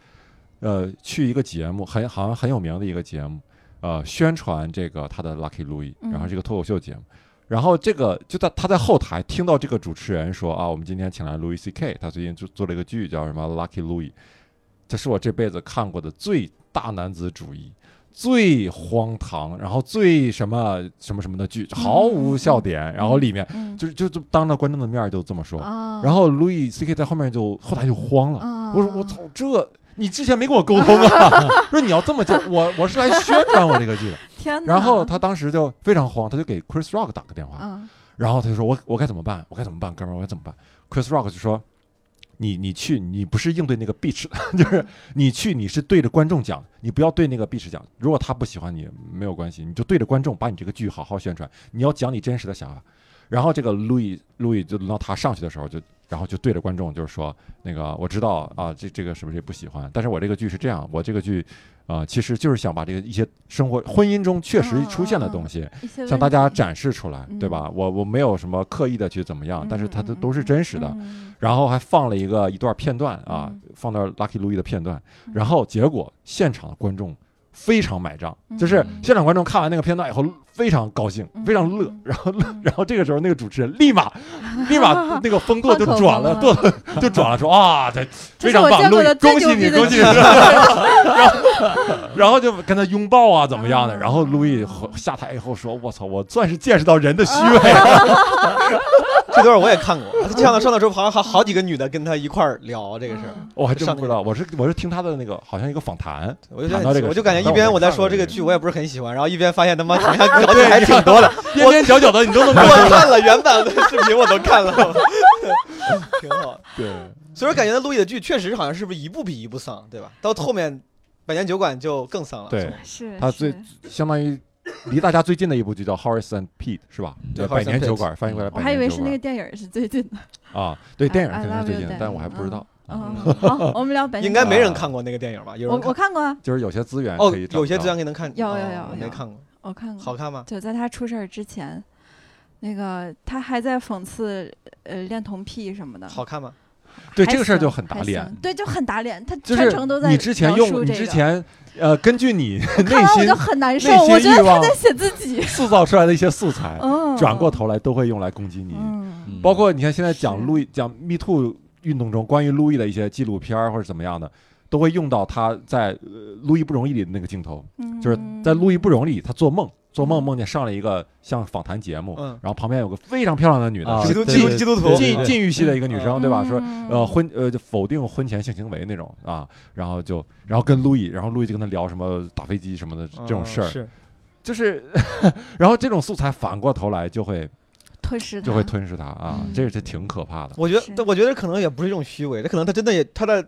呃，去一个节目，很好像很有名的一个节目，呃，宣传这个他的 Lucky Louis，
嗯
然后这个脱口秀节目，然后这个就在他在后台听到这个主持人说啊，我们今天请来 Louis C K，他最近做做了一个剧叫什么 Lucky Louis，这是我这辈子看过的最大男子主义。最荒唐，然后最什么什么什么的剧，毫无笑点，然后里面
嗯
就就就当着观众的面儿就这么说，
啊，
然后 Louis C K 在后面就后台就慌了，
啊
我说我操，这你之前没跟我沟通啊，说你要这么讲，我我是来宣传我这个剧的。
天哪！
然后他当时就非常慌，他就给 Chris Rock 打个电话，
啊，
然后他就说我我该怎么办？我该怎么办，哥们儿，我该怎么办？Chris Rock 就说。你你去，你不是应对那个 bitch，的 就是你去，你是对着观众讲，你不要对那个 bitch 讲。如果他不喜欢你，没有关系，你就对着观众把你这个剧好好宣传，你要讲你真实的想法。然后这个路易路易就轮到他上去的时候就，然后就对着观众就是说，那个我知道啊，这这个是不是不喜欢？但是我这个剧是这样，我这个剧啊、呃其实就是想把这个一些生活婚姻中确实出现的东西，
一些
向
问
大家
题
展示出来，对吧？我我没有什么刻意的去怎么样，但是它都
嗯嗯嗯
都是
嗯
真实的。
嗯
然后还放了一个一段片段啊
嗯，
放到 Lucky Louie 的片段
嗯，
然后结果现场的观众非常买账，就是
嗯
现场观众看完那个片段以后非常高兴，
嗯
非常乐
嗯，
然后乐
嗯
然后这个时候那个主持人立 马立马那个风舵就
换口
转
风
了，
了
舵 就转了，说啊，这
这
非
是
常
我
棒，
见
路
过
易
的，最
恭喜
牛
你，
逼的
恭喜你！
剧
然后， 然后就跟他拥抱啊，怎么样的？
啊
然后路易下台以后说：“我操，我算是见识到人的虚 伪了。
这段我也看过，他上到上的时候好像好好几个女的跟他一块儿聊这个事儿，
嗯
我还真不知道，我是我是听他的那个好像一个访谈，
我就
谈到这个
我就感觉一边我在说这个剧我也不是很喜欢，然后一边发现 他妈好像搞
对
得还挺多 的，
边边角角的你都能
我看了原版的视频我都看了，挺好。
对，
所以说感觉路易的剧确实好像是不是一部比一部丧，对吧？到后面百年酒馆就更丧了，
对
是
他
是
最相当于离大家最近的一部剧叫《Horace and Pete》是吧？
对
叫百
Horace and
年酒
Pete 哦
馆翻译过来，
我还以为是那个电影儿是最近的。
个啊，对，电影
I- I
肯定是
love
最
you,
近的，但我还不知道。啊
嗯，好，我们 聊本
应该
地
没人看过那个电影吧？有
我
人
我
看
看过啊，
就是有些资源
哦
可以，找
有些
到
资源给能看，
有有
哦
有
我没
有嗯
看过，
我看过
好。看吗？
就在他出事儿之前，那个他还在讽刺呃恋童癖什么的。
好看吗？
对
还
这个事儿就
行
很打
还
脸
行对，就很打脸。他
就
全
是
程都在
你之前
描述
用你
这
之
个
前呃，根据 你
看
内
完我
心
就很难受，
内
我觉
心欲
得他
望
在写自 己。
塑造出来的一些素材，
嗯，
转过头来都会用来攻击你。
嗯，
嗯
包括你看现在讲
是
路易讲 Me Too 运动中关于路易的一些纪录片儿或者怎么样的，都会用到他在《呃路易不容易》里的那个镜头，
嗯
就是在《路易不容易》里他做梦，做梦梦见上了一个像访谈节目，
嗯
然后旁边有个非常漂亮的女的，
啊
是
基督
个
对
基督
禁
基督徒
对
禁禁欲系的一个女生，对吧？说
嗯
呃婚呃就否定婚前性行为那种啊，然后就然后跟路易，然后路易就跟他聊什么打飞机什么的这种事儿，
哦嗯是
就是，然后这种素材反过头来就会
吞噬它，
就会吞噬它啊，
嗯
这个这挺可怕的。
我觉得
是，
但我觉得可能也不是一种虚伪，这可能他真的也他在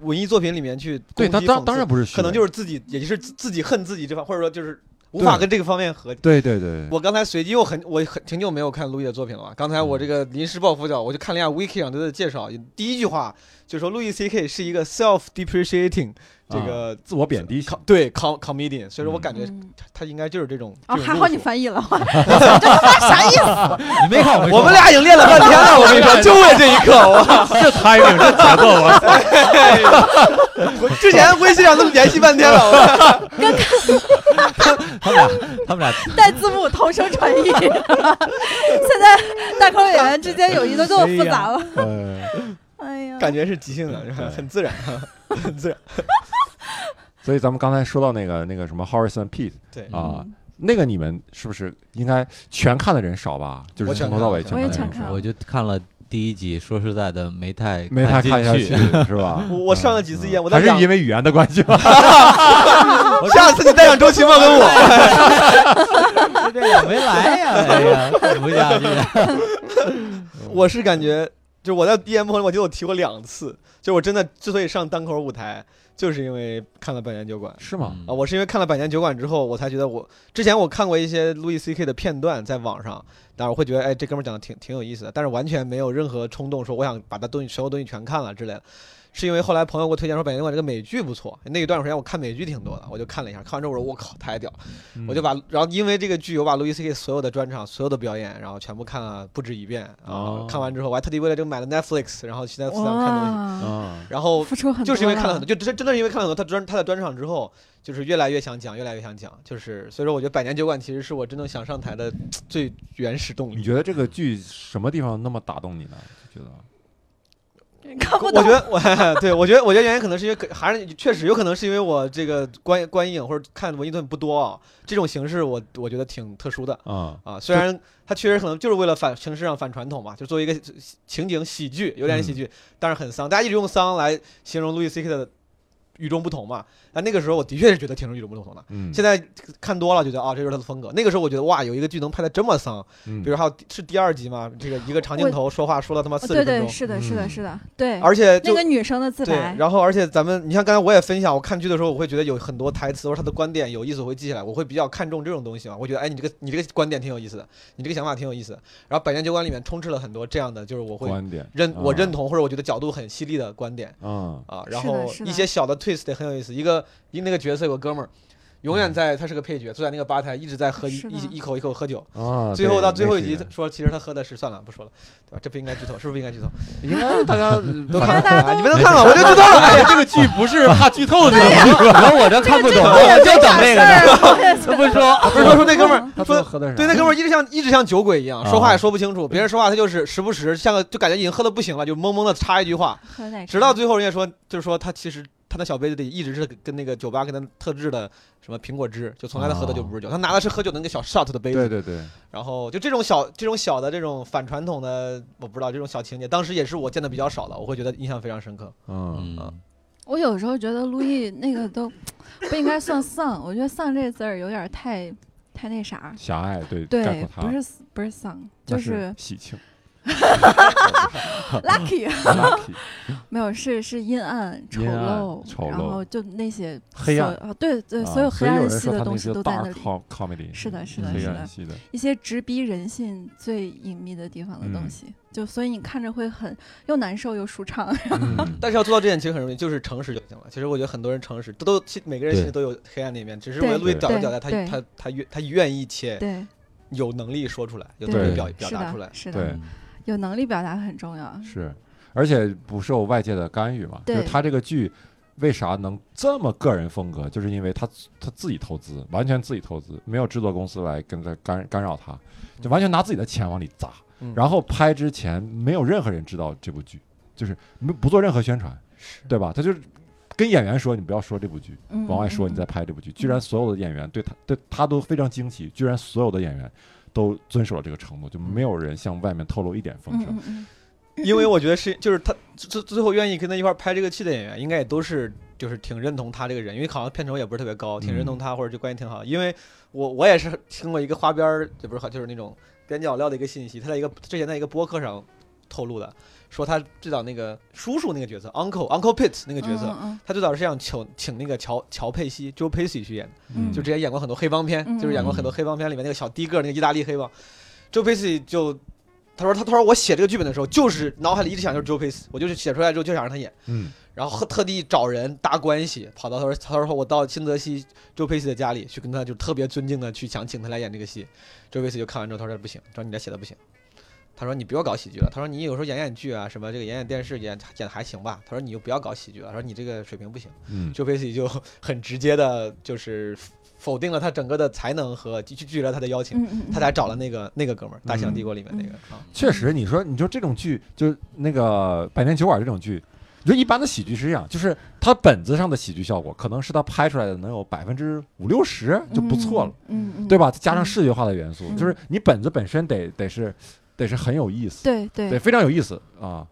文艺作品里面去
对他
攻击讽
当
刺
当然不是虚伪，
可能就是自己，也就是自自己恨自己这方，或者说就是无法
对
跟这个方面和。
对对对，
我刚才随机，我很我很挺久没有看陆毅的作品了。刚才
嗯
我这个临时抱佛脚，我就看了一下 Wiki 上对他的介绍，第一句话就说路易 C.K. 是一个 self-depreciating 这个、
自我贬低型
com- 对 com comedian，所以说我
啊嗯
感觉
嗯
他他应该就是这种。
哦，
这种
还好你
路数
翻译了，我想这他妈啥意思？
你没看我
我们俩已经练了半天了，我跟你说，就为这一 刻，我哎
这 timing 这节奏 啊，
我之前微信上这么联系半天了。我
他们俩他 们俩
带字幕同声传译。 现在单口演员之间友谊都这么复杂了，
呃，
哎呀，
感觉是即兴的，是吧很自 然，很自然。
所以咱们刚才说到那个那个什么 Horace and Pete
对
啊，那个你们是不是应该全看的人少吧？就是
我全
从头到尾
看了
全
我也
看的
全
人少
看啊了
哎我就看了第一集，说实在的，没太
没太看
看
下
进
去是吧？
我我上了几次
嗯
烟，我 在
还
想
是因为语言的关系吧。
下次你带上周奇墨跟我。
这也没来呀，哎呀，看不下去。
我是感觉，就是我在 DM 里，我觉得我提过两次，就我真的之所以上单口舞台，就是因为看了《百年酒馆》。
是吗？
嗯
啊，我是因为看了《百年酒馆》之后，我才觉得我之前我看过一些路易 C K 的片段在网上，但是我会觉得，哎，这哥们儿讲的挺挺有意思的，但是完全没有任何冲动说我想把他东西所有东西全看了之类的。是因为后来朋友给我推荐说《百年酒馆》这个美剧不错，那一段时间我看美剧挺多的，我就看了一下，看完之后我说我靠太屌了，
嗯
我就把然后因为这个剧我把路易 C K 所有的专场、所有的表演，然后全部看了不止一遍啊。
哦
看完之后我还特地为了这个买了 Netflix，然后去 Netflix 上看东
哇，
西，
嗯
啊，
然后
付出很多，
就是因为看了很多，。就真真的是因为看了很多他专他的专场之后，就是越来越想讲，越来越想讲，就是所以说我觉得百年酒馆其实是我真正想上台的最原始动
你
力。
觉得这个剧什么地方那么打动你呢？就觉得
看不
我
懂
觉，得我 对我觉得我觉得原因可能是因为可还是确实有可能是因为我这个观观影或者看文艺作品不多啊，这种形式我我觉得挺特殊的。
啊，
啊，虽然它确实可能就是为了反形式上反传统嘛，就作为一个情景喜剧，有
嗯
点喜剧，但是很丧，大家一直用丧来形容路易 C K 的与众不同嘛。但那个时候我的确是觉得挺与众不同的。
嗯，
现在看多了，觉得啊，这就是他的风格。那个时候我觉得哇，有一个剧能拍的这么丧，
嗯
比如还有是第二集嘛，这个
哦
一个长镜头说话说了他妈四
对
十分
对
钟，
是的，是的，
嗯
是的，哦对，
而且
那
就
个女生的自
对
白，，
然后而且咱们，你像刚才我也分享，我看剧的时候，我会觉得有很多台词或者他的观点有意思，我会记下来，我会比较看重这种东西嘛。我觉得，哎，你这个你这个观点挺有意思的，你这个想法挺有意思的。然后《百年酒馆》里面充斥了很多这样的，就是我会
观点
认我
啊
认同或者我觉得角度很犀利的观点
啊，
啊。然
是的
后
是
一
的
些小的 twist 也很有意思。一个一那个角色有个哥们儿，永远
嗯
在他是个配角，坐在那个吧台一直在喝一
是的
一一口一口喝酒，
啊，
最后到最后一集
集
说其实他喝的是算了不说了，对吧？这不应该剧透，是不是不应该剧透？
应该大 家
都
反
看
大
了
家
啊，
都
你们都看了，我就知道了。
这 个剧不是怕剧透的剧，可我这看不懂，
这个
我就等
这
这个呢。
呢，
他不是说
不是说说那哥们儿
他
说
最后喝的是啥
对，那哥们儿一直像一直像酒鬼一样，
啊
说话也说不清楚，别人说话他就是时不时像个就感觉已经喝的不行了，就懵懵的插一句话，
喝奶茶
直到最后人家说，就是说他其实他的小杯子里一直是跟那个酒吧给他特制的什么苹果汁，就从来他喝的就不是酒，他拿的是喝酒的那个小 shot 的杯
对
子，
对对，
然后就这种小这种小的这种反传统的，我不知道这种小情节，当时也是我见的比较少的，我会觉得印象非常深刻。
嗯，
嗯
我有时候觉得陆毅那个都不应该算丧，我觉得丧这个字儿有点儿太太那啥。
狭隘对概
对
括，它
不是不是丧，
那
就是是
喜 庆
lucky，啊
lucky
没有是是阴暗丑
阴暗
陋，
丑
然
陋
后就那些
黑
所
暗
啊对对，
啊
所有黑
所以有
暗
人
系
说
的
他
东
那
西
些
都在那
dark
里，
com- comedy
是的是的
黑
是
暗
的
系的，
一些直逼人性最隐秘的地方的
嗯
东西，就所以你看着会很又难受又舒畅。
嗯
但是要做到这点其实很容易，就是诚实就行了。其实我觉得很多人诚实，都都其每个人心里都有黑暗的一面，只是我觉得
对
路易屌
对
就屌在他
对
他他愿他愿意且
对，
有能力说出来，有
对
能力表表
是
达出
的
来，。
是的，
对
有能力表达很重要。
是，而且不受外界的干预嘛，就是
对
他这个剧。为啥能这么个人风格？就是因为他他自己投资，完全自己投资，没有制作公司来跟他干干扰他，就完全拿自己的钱往里砸。
嗯
然后拍之前，没有任何人知道这部剧，就是没不做任何宣传，对吧？他就是跟演员说，你不要说这部剧，
嗯
往外说你在，拍这部剧，居然所有的演员对他对他都非常惊奇，居然所有的演员都遵守了这个承诺，就没有人向外面透露一点风
嗯
声。
嗯嗯
因为我觉得是就是他最最最后愿意跟他一块儿拍这个戏的演员，应该也都是就是挺认同他这个人，因为好像片酬也不是特别高，
嗯
挺认同他或者就关系挺好。因为我我也是听过一个花边儿，也不是花就是那种边角料的一个信息，他在一个之前在一个播客上透露的，说他最早那个叔叔那个角色 uncle uncle Pitt 那个角色，
嗯
他最早是想请请那个乔乔佩西 Joe Pesci 去演的，
嗯
就之前演过很多黑帮片，
嗯
就是演过很多黑帮片里面那个小低个儿那个意大利黑帮，Joe Pesci 就。他说：“他他说我写这个剧本的时候，就是脑海里一直想就是 Joe Pesci，我就是写出来之后就想让他演。
嗯
然后特地找人搭关系，跑到他说他说我到新泽西周佩西的家里去跟他就特别尊敬的去想请他来演这个戏，周佩西就看完之后他说不行，他说你这写的不行，他说你不要搞喜剧了，他说你有时候演演剧啊什么这个演演电视演演还行吧，他说你就不要搞喜剧了，他说你这个水平不行，
嗯
周佩西就很直接的就是否定了他整个的才能和拒拒绝了他的邀请，
嗯嗯，
他才找了那个那个哥们儿《大象帝国》里面那个啊，
确实，你说你说这种剧，就是那个《百年酒馆》这种剧，你说一般的喜剧是这样，就是它本子上的喜剧效果，可能是它拍出来的能有百分之五六十
嗯
就不错了，，
嗯嗯，
对？吧？加上视觉化的元素，
嗯
就是你本子本身得得是得是很有意思，
对
对，
对，
非常有意思啊！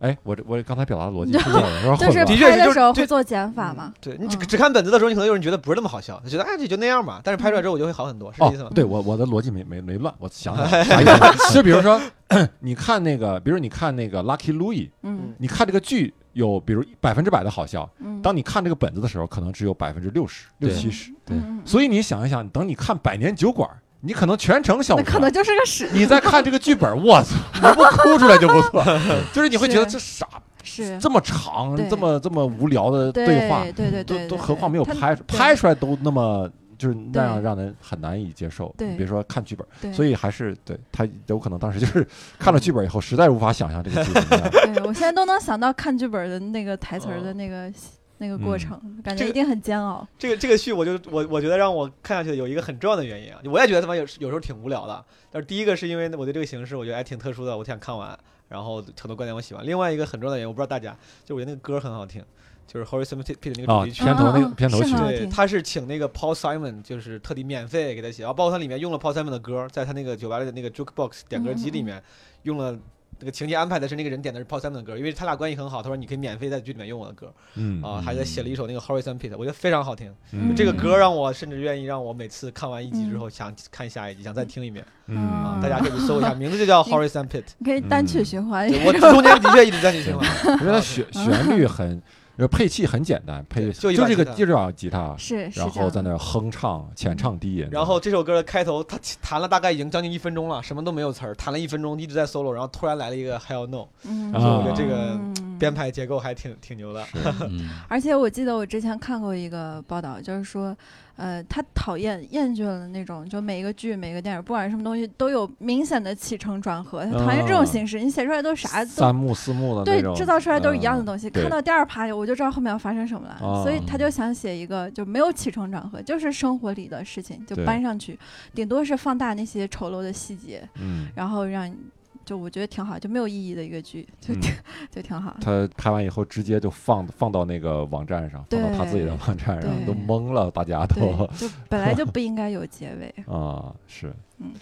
哎，我这我刚才表达的逻辑是不是有时候混
就是
乱
的
了？ 哦
拍的
确是就是
时候
就
会做减法嘛，
对你只
嗯
只看本子的时候，你可能有人觉得不是那么好笑，觉得哎这就那样吧，但是拍出来之后我就会好很多，是这意思吗
哦？，对我我的逻辑没没没乱，我想 想 啥意思？就比如说， 你看那个，比如你看那个《Lucky Louie》，
嗯
你看这个剧有比如百分之百的好笑，
嗯，
当你看这个本子的时候，可能只有百分之六十、六
对
七十。
对
嗯，
所以你想一想，等你看《百年酒馆》，你可能全程笑
那
不
可
出
能
来。
就是个屎，
你再看这个剧本，我操，你不哭出来就不错， 就是你会觉得
是
这傻，
是
这么长，
对
这么这么无聊的
对
话，
对对
都
对，
都
对
何况没有
他
拍
对
拍出来都那么就是那样
对
让人很难以接受。
对
你别说看剧本，
对嗯
所以还是对他有可能当时就是看了剧本以后，实在无法想象这个剧怎么样。
对我现在都能想到看剧本的那个台词儿的那个那个过
嗯
程，感觉
这
一
个
定很煎熬。
这个这个剧，我就我我觉得让我看下去有一个很重要的原因啊，我也觉得他妈有有时候挺无聊的，但是第一个是因为我对这个形式我觉得还挺特殊的，我想看完，然后很多观点我喜欢。另外一个很重要的原因，我不知道大家，就我觉得那个歌很好听，就是 Horizon Pit 那个主
啊
题曲。
片头那个
嗯嗯嗯
片头
是
曲
很好
对，
听
他是请那个 Paul Simon，就是特地免费给他写，然后包括他里面用了 Paul Simon 的歌，在他那个酒吧里的那个 jukebox 点歌
嗯
机里面用了。那个情节安排的是那个人点的是 Paul Simon 的歌，因为他俩关系很好，他说你可以免费在剧里面用我的歌，
嗯
啊，还在写了一首那个 Horizon Pit，我觉得非常好听。
嗯
这个歌让我甚至愿意让我每次看完一集之后想看下一集，想再听一遍啊！
嗯
大家可以搜一下，名字就 叫
你
Horizon Pit。
你可
嗯
以单曲循环，
我中间的确一直在 去听了，
因为它 旋旋律很，呃配器很简单，配
对
就
就一把
这个
吉他
就这把吉他，
是是
然
这
后
样
在
的。
那儿哼唱、浅唱低吟，
然后这首歌的开头，他弹了大概已经将近一分钟了，什么都没有词儿，弹了一分钟一直在 solo，然后突然来了一个 Hell No，
嗯，
所以我觉得
这个
嗯
编排结构还挺挺牛的。
是
嗯，
而且我记得我之前看过一个报道，就是说，呃，他讨厌厌倦了那种，就每一个剧、每一个电影，不管是什么东西，都有明显的起承转合，他讨厌这
啊
种形式。你写出来都是啥都
三幕四幕的那
对
种，嗯
制造出来都是一样的东西。
对
看到第二趴，我就知道后面要发生什么了，
啊
所以他就想写一个就没有起承转合，就是生活里的事情就
对
搬上去，顶多是放大那些丑陋的细节，
嗯。
然后让你就我觉得挺好，就没有意义的一个剧，就
嗯
挺、就 挺好。
他拍完以后，直接就放放到那个网站上，放
对
到他自己的网站上，
对
都懵了，大家都
对，就本来就不应该有结尾。
啊是。当
嗯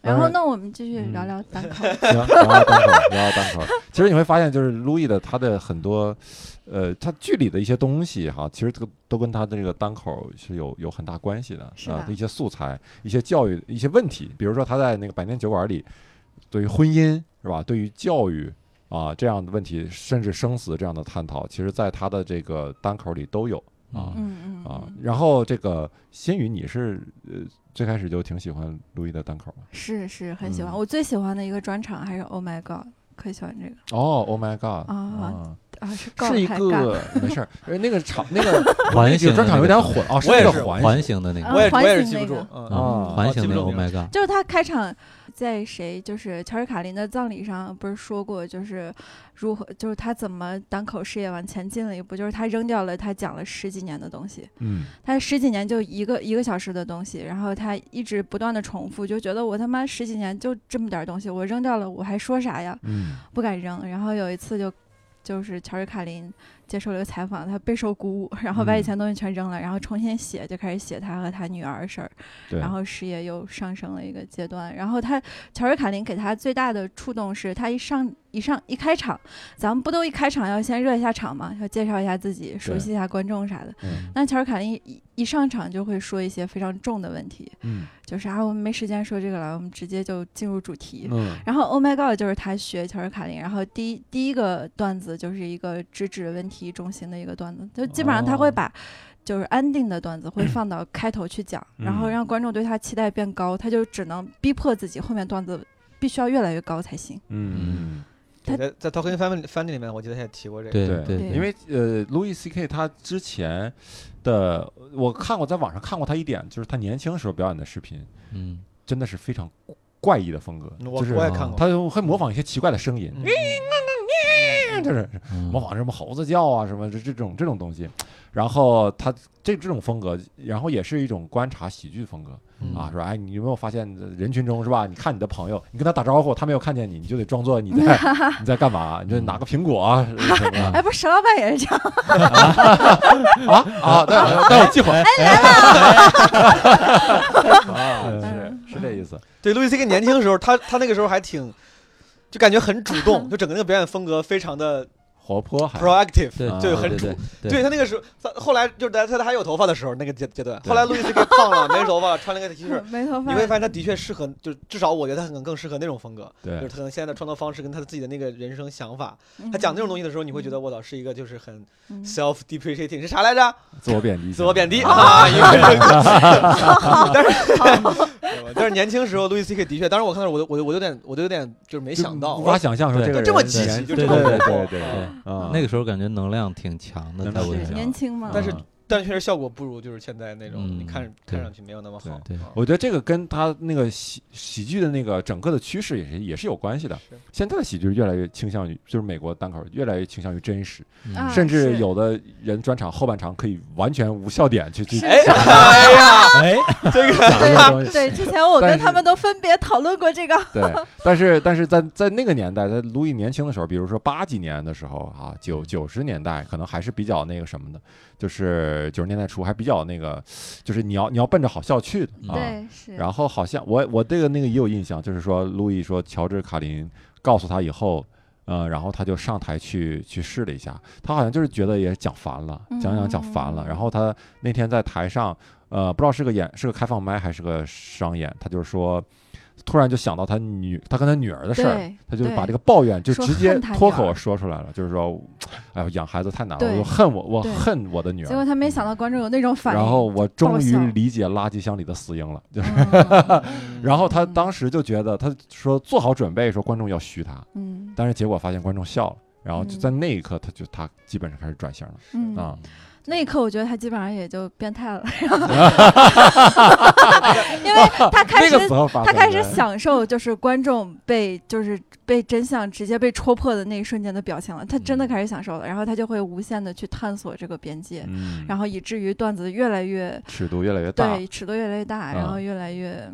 然后
然
呢，我们继续
嗯
聊聊单口。
行，然后单口，然后单口。其实你会发现，就是路易的他的很多，呃，他剧里的一些东西哈，其实都都跟他的这个单口是有有很大关系的
是
啊
吧，
一些素材、一些教育、一些问题，比如说他在那个百年酒馆里，对于婚姻是吧，对于教育。啊，这样的问题，甚至生死这样的探讨，其实，在他的这个单口里都有啊
嗯嗯
啊
嗯。
然后，这个新宇，你是呃最开始就挺喜欢路易的单口吗？
是是很喜欢。
嗯
我最喜欢的一个专场还是 Oh My God，可喜欢这个
哦，Oh my god！
啊啊，是 God
是一
还 God
个
嗯
没 事儿，呃那个场那个
环
那
形
个
的
专场有
那
点
个
混啊，
我也
那个
是
环
环
形
形的那个
啊
我也
环
我也是
形
记不
那
住
个，
嗯，
啊
啊，环
记
形
不
那个
住
Oh
名
my god，
就是他开场在谁，就是乔治卡林的葬礼上，不是说过，就是如何，就是他怎么单口事业往前进了一步，就是他扔掉了他讲了十几年的东西，
嗯
他十几年就一个一个小时的东西，然后他一直不断的重复，就觉得我他妈十几年就这么点儿东西，我扔掉了，我还说啥呀？
嗯
不敢扔。然后有一次就。就是乔治卡林接受了一个采访，他备受鼓舞，然后把以
嗯
前东西全扔了，然后重新写，就开始写他和他女儿的事儿。
对，
然后事业又上升了一个阶段。然后他乔治卡林给他最大的触动是，他一上一上一开场，咱们不都一开场要先热一下场嘛，要介绍一下自己，熟悉一下观众啥的。
嗯
那乔尔卡林一一上场就会说一些非常重的问题，
嗯
就是啊，我们没时间说这个了，我们直接就进入主题。
嗯
然后 Oh my God 就是他学乔尔卡林，然后第一第一个段子就是一个直指问题中心的一个段子，就基本上他
哦
会把就是安定的段子 会放到开头去讲，然后
嗯
让观众对他期待变高，他就只能逼迫自己后面段子必须要越来越高才行。
嗯，
他
在在 Talking Family Family 里面，我记得他也提过这个。
对
对
对，
因为呃，Louis C.K. 他之前的我看过，在网上看过他一点，就是他年轻时候表演的视频，
嗯，
真的是非常怪异的风格，
我
就是啊
我也看过。嗯
他就会模仿一些奇怪的声音，就是
嗯
模仿什么猴子叫啊什么这这种这种东西，然后他这这种风格，然后也是一种观察喜剧风格
嗯
啊，说哎，你有没有发现呃人群中是吧？你看你的朋友，你跟他打招呼，他没有看见你，你就得装作你在 你在干嘛？你就拿个苹果啊
嗯
什么的
哎，不是，石老板也是这样，
啊啊，待会儿待会哎儿记
哎
会儿，来了，
嗯
啊，是是这意思，
对，路易 C K 年轻的时候，他他那个时候还挺，就感觉很主 动，就整个那个表演风格非常的
活泼还
proactive，
对
啊
就
对
很主
对对
对他那个时候，他后来就是在他还有头发的时候那个阶阶段，后来路易斯给胖了，没头发了，穿 了个 T 恤，
没头发
你。会发现他的确适合，就是至少我觉得他可能更适合那种风格，就
对
是，他可能现在的创作方式跟他自己的那个人生想法，
嗯
他讲那种东西的时候，你会觉得我操是一个就是很
嗯
self depreciating 是啥来着？
自我贬低，
自我贬低 啊，一个但是 但是年轻时候路易斯 K 的确，当时我看到我都我都我有点我都有点就是没
没
想到，
无
我
法想象说这
对
个
就这么
人
积极，
年
就
对
这么
对
对
火
对
对
啊
啊，
那个时候感觉能量挺强的，
能
在
量
我
挺
印
是
强
象
年轻嘛，
嗯但是
啊
但确实效果不如就是现在那种，你
嗯
看
对
看上去没有那么好。
对
啊
我觉得这个跟他那个喜喜剧的那个整个的趋势也是也是有关系的。
是
现在的喜剧越来越倾向于，就是美国单口越来越倾向于真实，
嗯
啊
甚至
是
有的人专场后半场可以完全无笑点去去
是
讲
哎 哎呀，
哎，
这
这
个
个东
对啊
西。
对，之前我
但
跟
是啊
他们都分别讨论过这个。
对，但是但是在在那个年代，在路易年轻的时候，比如说八几年的时候啊，
嗯
九九十年代可能还是比较那个什么的，就是九十年代初还比较那个，就是你要你要奔着好笑去的啊。
对，是。
然后好像我我这个那个也有印象，就是说路易说乔治卡林告诉他以后，呃，然后他就上台去去试了一下，他好像就是觉得也讲烦了，
嗯
讲讲讲烦了。然后他那天在台上，呃，不知道是个演是个开放麦还是个商演，他就是说。突然就想到他女，他跟他女儿的事儿
对，
他就是把
对
这个抱怨就
说
直接
恨他
脱
女儿
口而说出来了，就是说，哎呦，养孩子太难了，
对
我恨我，我
对
恨我的女
结果
儿。
他没想到观众有那种反应。
然后我终于
笑
理解垃圾箱里的死婴了，就是。
嗯，
然后他
嗯
当时就觉得，他说做好准备，说观众要嘘他，
嗯
但是结果发现观众笑了，然后就
嗯
在那一刻，他就他基本上开始转型了
嗯
啊，
那一刻我觉得他基本上也就变态 了，因为他
那
开始
个啊时候发
他
生
开始
的
享受就是观众被就是被真相直接被戳破的那一瞬间的表情了，他真
嗯
的开始享受了，然后他就会无限的去探索这个边界，
嗯，
然后以至于段子越来越
尺度越来越大，
对尺度越来越大，然
啊
后越来越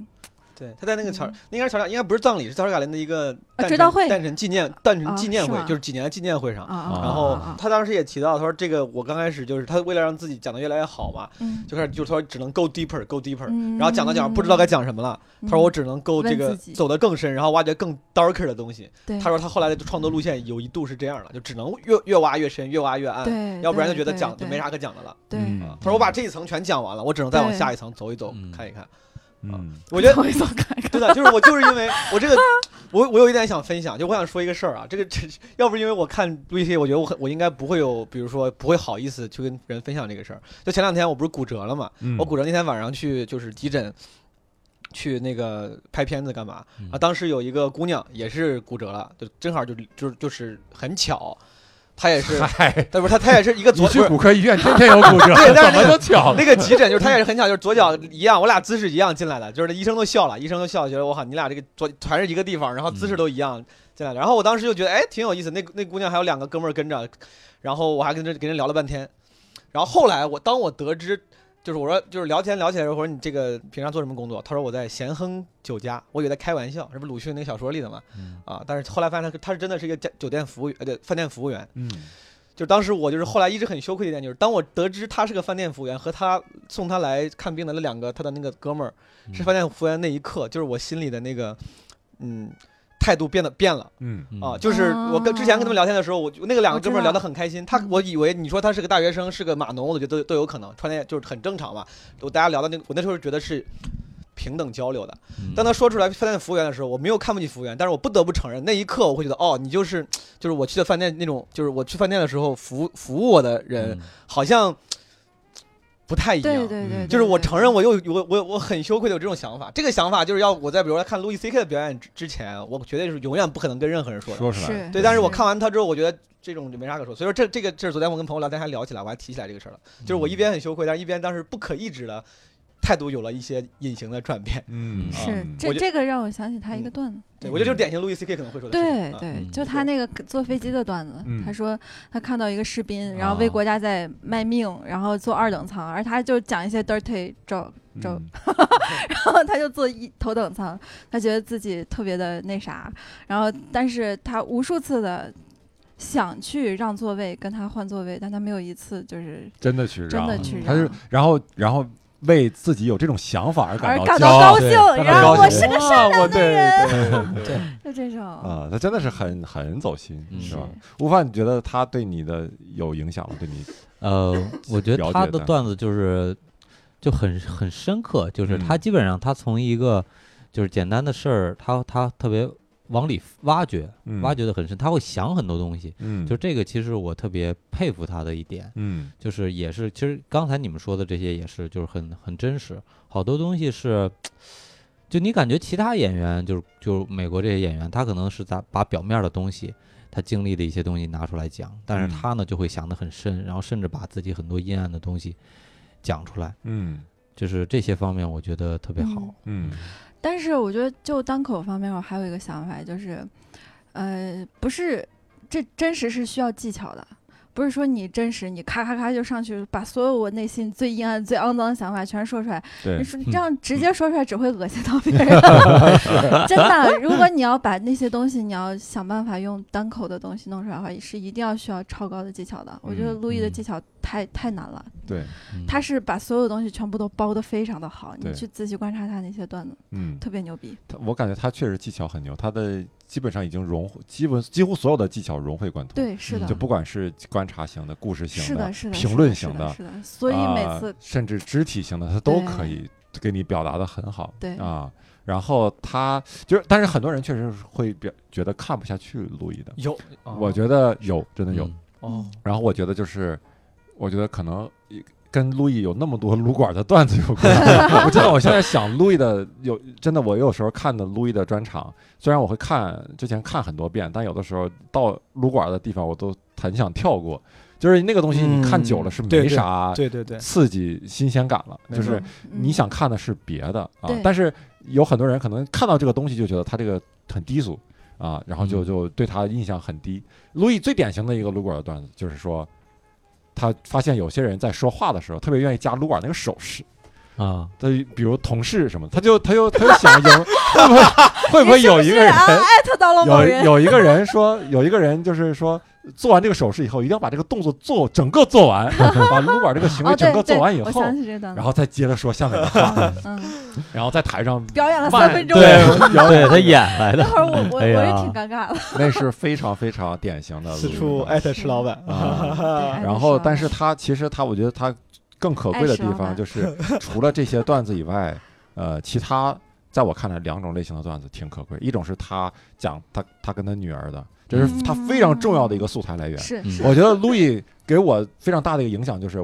对，他在那个乔
嗯，
那应该是乔治，应该不是葬礼，是乔治卡林的一个诞
啊追悼会
诞辰纪念、诞辰纪念
啊是
会，
吗
就是几年纪念会上。
啊啊，
然
啊
后
啊
他当时也提到，他说这个我刚开始就是他为了让自己讲的越来越好嘛，
嗯
就开始就是说只能 go deeper，go deeper，
嗯
然后讲到讲不知道该讲什么了，他说我只能 go
问
这个
自己
走得更深，然后挖掘更 darker 的东西。
对
他说他后来的创作路线有一度是这样的，就只能越越挖越深，越挖越
嗯
暗，
对，
要不然就
对
觉得
对
讲就
对
没啥可讲的了。
对，
嗯
他说我把这一层全讲完了，我只能再往
对
下一层走一走
嗯，
看一看。
嗯
我觉得
走一走看看，
真的就是我就是因为 我这个，我我有一点想分享，就我想说一个事儿啊，这个 这要不是因为我看路易 C，我觉得我很我应该不会有，比如说不会好意思去跟人分享这个事儿。就前两天我不是骨折了嘛，
嗯，
我骨折那天晚上去就是急诊。去那个拍片子干嘛
嗯
啊？当时有一个姑娘也是骨折了，就正好就就就是很巧，她也是，
嗨，
但不是她她也是一 个
你
左不
去
是
骨科医院天天有骨折，
对
怎
但是那
么
个
都巧了
那个急诊就是他也是很巧，就是左脚一样，我俩姿势一样进来的，就是那医生都笑了，医生都笑，觉得我靠你俩这个左全是一个地方，然后
嗯
姿势都一样进来的。然后我当时就觉得哎挺有意思，那那姑娘还有两个哥们儿跟着，然后我还跟着跟人聊了半天。然后后来我当我得知，就是我说就是聊天聊起来的时候，我说你这个平常做什么工作？他说我在咸亨酒家，我以为他开玩笑，这不鲁迅那个小说里的嘛
嗯
啊。但是后来发现他他是真的是一个家酒店服务员，呃对，饭店服务员。
嗯
就是当时我就是后来一直很羞愧的一点，就是当我得知他是个饭店服务员和他送他来看病的那两个他的那个哥们儿是
嗯
饭店服务员那一刻，就是我心里的那个，嗯，态度变得变了
嗯
嗯
啊。就是我跟之前跟他们聊天的时候，我就那个两个哥们
我
儿
知道
聊得很开心。他
嗯
我以为你说他是个大学生，是个码农，我觉得都都有可能，穿的也就是很正常嘛。我大家聊到那，我那时候觉得是平等交流的。
嗯
当他说出来饭店服务员的时候，我没有看不起服务员，但是我不得不承认，那一刻我会觉得，哦，你就是就是我去的饭店那种，就是我去饭店的时候服务服务我的人，
嗯
好像不太一样。
对对对，
嗯就是我承认
我
我又我我我很羞愧的有这种想法，这个想法就是要我在比如说看路易 C K 的表演之之前，我绝对是永远不可能跟任何人说的。
说出来
是
对，但是我
是
看完他之后，我觉得这种就没啥可说。所以说这这个这是昨天我跟朋友聊天还聊起来，我还提起来这个事儿了，就是
嗯
我一边很羞愧，但是一边当时不可抑制的态度有了一些隐形的转变。
嗯
是
嗯
这
我就
这个让我想起他一个段子，
嗯对，我觉得就是典型路易 C K 可能会说的事
对
情。啊
对
嗯，
就他那个坐飞机的段子
嗯，
他说他看到一个士兵，然后
啊
为国家在卖命，然后坐二等舱，而他就讲一些 dirty joke，就
嗯
然后他就坐一头等舱，他觉得自己特别的那啥，然后但是他无数次的想去让座位跟他换座位，但他没有一次就是
真的去
真
让
的去
他就
让，
然后然后为自己有这种想法而
而
感到
感
骄
到
傲
高兴
对，感
然
到
后
高
我
兴
是个善
啊，我
良的
对
人，
对
就这种。
啊，他真的是很很走心，
嗯
是吧？吴凡，你觉得他对你的有影响吗？对你，
呃，我
了
觉得他
解
的
的
段子就是就很很深刻，就是他
嗯
基本上他从一个就是简单的事儿，他他特别往里挖掘，
嗯
挖掘的很深，他会想很多东西。
嗯，
就这个，其实我特别佩服他的一点，
嗯
就是也是，其实刚才你们说的这些也是，就是很很真实，好多东西是，就你感觉其他演员，就是就是美国这些演员，他可能是在把表面的东西，他经历的一些东西拿出来讲，但
嗯
是他呢就会想得很深，然后甚至把自己很多阴暗的东西讲出来，
嗯
就是这些方面我觉得特别好。
嗯
嗯但是我觉得就单口方面，我还有一个想法，就是，呃，不是这真实是需要技巧的，不是说你真实你咔咔咔就上去把所有我内心最阴暗、最肮脏的想法全说出来，
对嗯
你说这样直接说出来只会恶心到 别人。真的，如果你要把那些东西，你要想办法用单口的东西弄出来的话，也是一定要需要超高的技巧的。我觉得
嗯
陆毅的
嗯
技巧太太难了，
对
嗯
他是把所有东西全部都包得非常的好，
对
你去仔细观察他那些段子，
嗯，
特别牛逼。
他我感觉他确实技巧很牛，他的基本上已经融基本几乎所有的技巧融会贯通，，
对，是的，
就不管是观察型的、故事
是
型
的，是的，
嗯评
是
论
的
型
是的，是的。所以每
啊
次
甚至肢体型的，他都
对
可以给你表达的很好。
对
啊，然后他就是，但是很多人确实是会表觉得看不下去路易的，
有，
哦
啊
我觉得有，真的有。
嗯
哦，
然后我觉得就是，我觉得可能一跟路易有那么多撸 管的段子有 关。我真的，我现在想路易的有真的，我有时候看的路易的专场，虽然我会看之前看很多遍，但有的时候到撸管的地方我都很想跳过，就是那个东西你看久了
嗯
是
对
没
对
啥
对对对，
刺激新鲜感了，
没
就
错
是
嗯
你 想看的是别的啊
对，
但是有很多人可能看到这个东西就觉得他这个很低俗啊，然后就
嗯
就对他印象很低。路易最典型的一个撸管的段子就是说，他发现有些人在说话的时候特别愿意加撸管那个手势，
啊，
他比如同事什么，他就他就他就想有 会不会会不会有一个人
你是不是啊艾特到了某
有
人，
有一个人说，有一个人就是说，做完这个手势以后，一定要把这个动作做整个做完， 把撸管这个行为
哦，
整
对
个做
对
完以
我
后，
想起这段子，
然后再接着说下面的话，
嗯，
然后在台上，
表演了
慢
三分钟，
对
对他演来
那
的，
会儿我 我我
哎呀
也挺尴尬的，
那是非常非常典型的
此
路
处
人
艾特吃老板
啊。
对
然后，但。
哎
是他其实他，我觉得他更可贵的地方就是，除了这些段子以外， 呃，其他在我看来两种类型的段子挺可贵。一种是他讲他他跟他女儿的，这是他非常重要的一个素材来源。
是
嗯
是，
我觉得路易给我非常大的一个影响就是，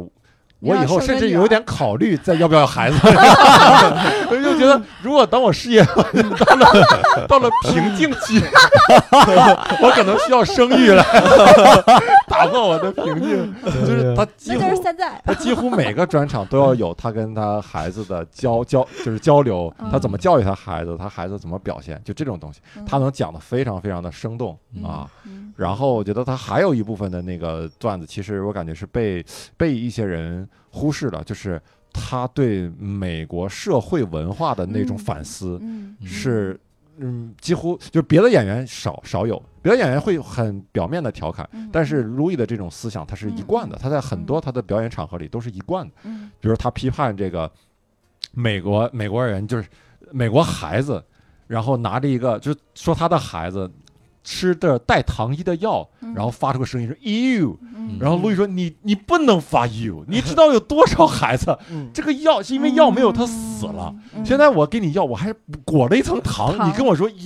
我以后甚至
啊
有点考虑再要不要孩子， 我就觉得如果当我事业 到了到了瓶颈期， 我可能需要生育来 打破我的瓶颈，就是他几
那就是
乎。
现在，
他几乎每个专场都要有他跟他孩子的交交，就是交流，
嗯
他怎么教育他孩子，他孩子怎么表现，就这种东西，他能讲的非常非常的生动
嗯
啊。，
嗯
然后我觉得他还有一部分的那个段子，其实我感觉是被被一些人忽视了，就是他对美国社会文化的那种
嗯
反思
嗯，嗯
是，嗯，几乎就是别的演员少少有，别的演员会很表面的调侃。
嗯
但是，Louis 的这种思想，他是一贯的，
嗯
他在很多他的表演场合里都是一贯的。
嗯
比如他批判这个美国美国人，就是美国孩子然后拿着一个，就说他的孩子吃的带糖衣的药，
嗯
然后发出个声音说 “ew”，
嗯
然后路易说：“你你不能发 ew，你知道有多少孩子
嗯，
这个药是因为药没有他死了。，现在我给你药，我还裹了一层糖，
嗯糖
你跟我说
有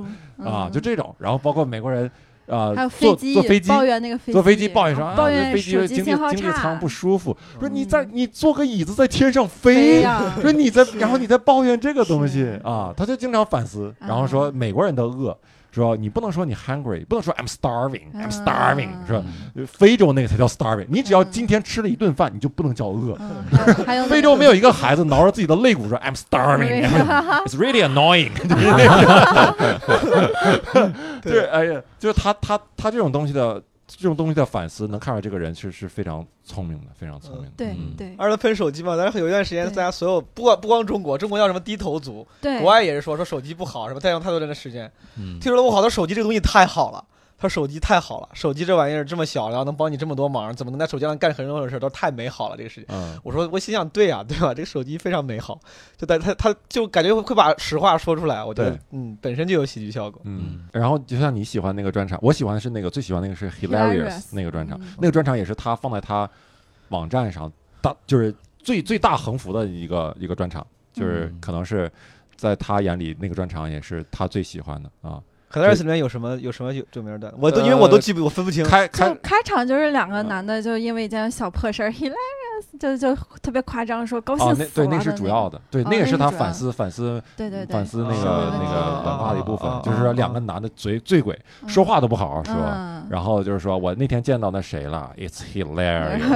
ew 啊，就这种。然后包括美国人啊
嗯还有，
坐
飞机
坐飞机。”
抱怨那个飞
坐飞机
机
抱怨说啊，
抱
这
怨
飞机
手
经
机
济
信号
经济舱
差
不舒服，说你
嗯
在你坐个椅子在天上
飞
飞，
呀，
说你在，
是
然后你在抱怨这个东西
是
啊，他就经常反思，然后说
啊
美国人的饿，说你不能说你 hungry，不能说 I'm starving，I'm starving，
啊
说
嗯
非洲那个才叫 starving，你只要
嗯
今天吃了一顿饭，你就不能叫饿。
嗯还有还有那
非
个
洲没有一个孩子挠着自己的肋骨说 I'm starving，It's really annoying，就是 那种就是哎呀，就是他他他这种东西的这种东西的反思，能看出来这个人是是非常聪明的，非常聪明的。
对
嗯
对
二他喷手机嘛，但是有一段时间，
对
大家所有不光不光中国，中国叫什么低头族，
对，
国外也是说说手机不好，什么占用太多人的时间。
嗯
听说我靠，他手机这个东西太好了，他手机太好了，手机这玩意儿这么小，然后能帮你这么多忙，怎么能在手机上干很多种事儿，都太美好了，这个世界。
嗯，
我说我心想，对呀、对吧？这个手机非常美好，就但他他就感觉会把实话说出来，我觉得
对
嗯，本身就有喜剧效果。
嗯，然后就像你喜欢那个专场，我喜欢的是那个最喜欢那个是
Hilarious，
hilarious 那个专场
嗯，
那个专场也是他放在他网站上大就是最最大横幅的一个一个专场，就是
嗯
可能是在他眼里那个专场也是他最喜欢的啊。
可能二次里面有什么有什么有有名的，呃我都因为我都记不，我分不清。
开
就
开
开场就是两个
嗯
男的，就因为一件小破事儿，hilarious，就就特别夸张，说高兴
哦，
死
那
了。
对那个是主要
的
的，对
哦
那个
那
是
是
他
主
反
要
思反思
那个，对对哦对，哦
反思那个那
啊
个文化的一部分
啊啊，
就是说两个男的嘴醉鬼，
嗯
说话都不好好说，
嗯
然后就是说我那天见到那谁了，it's hilarious。然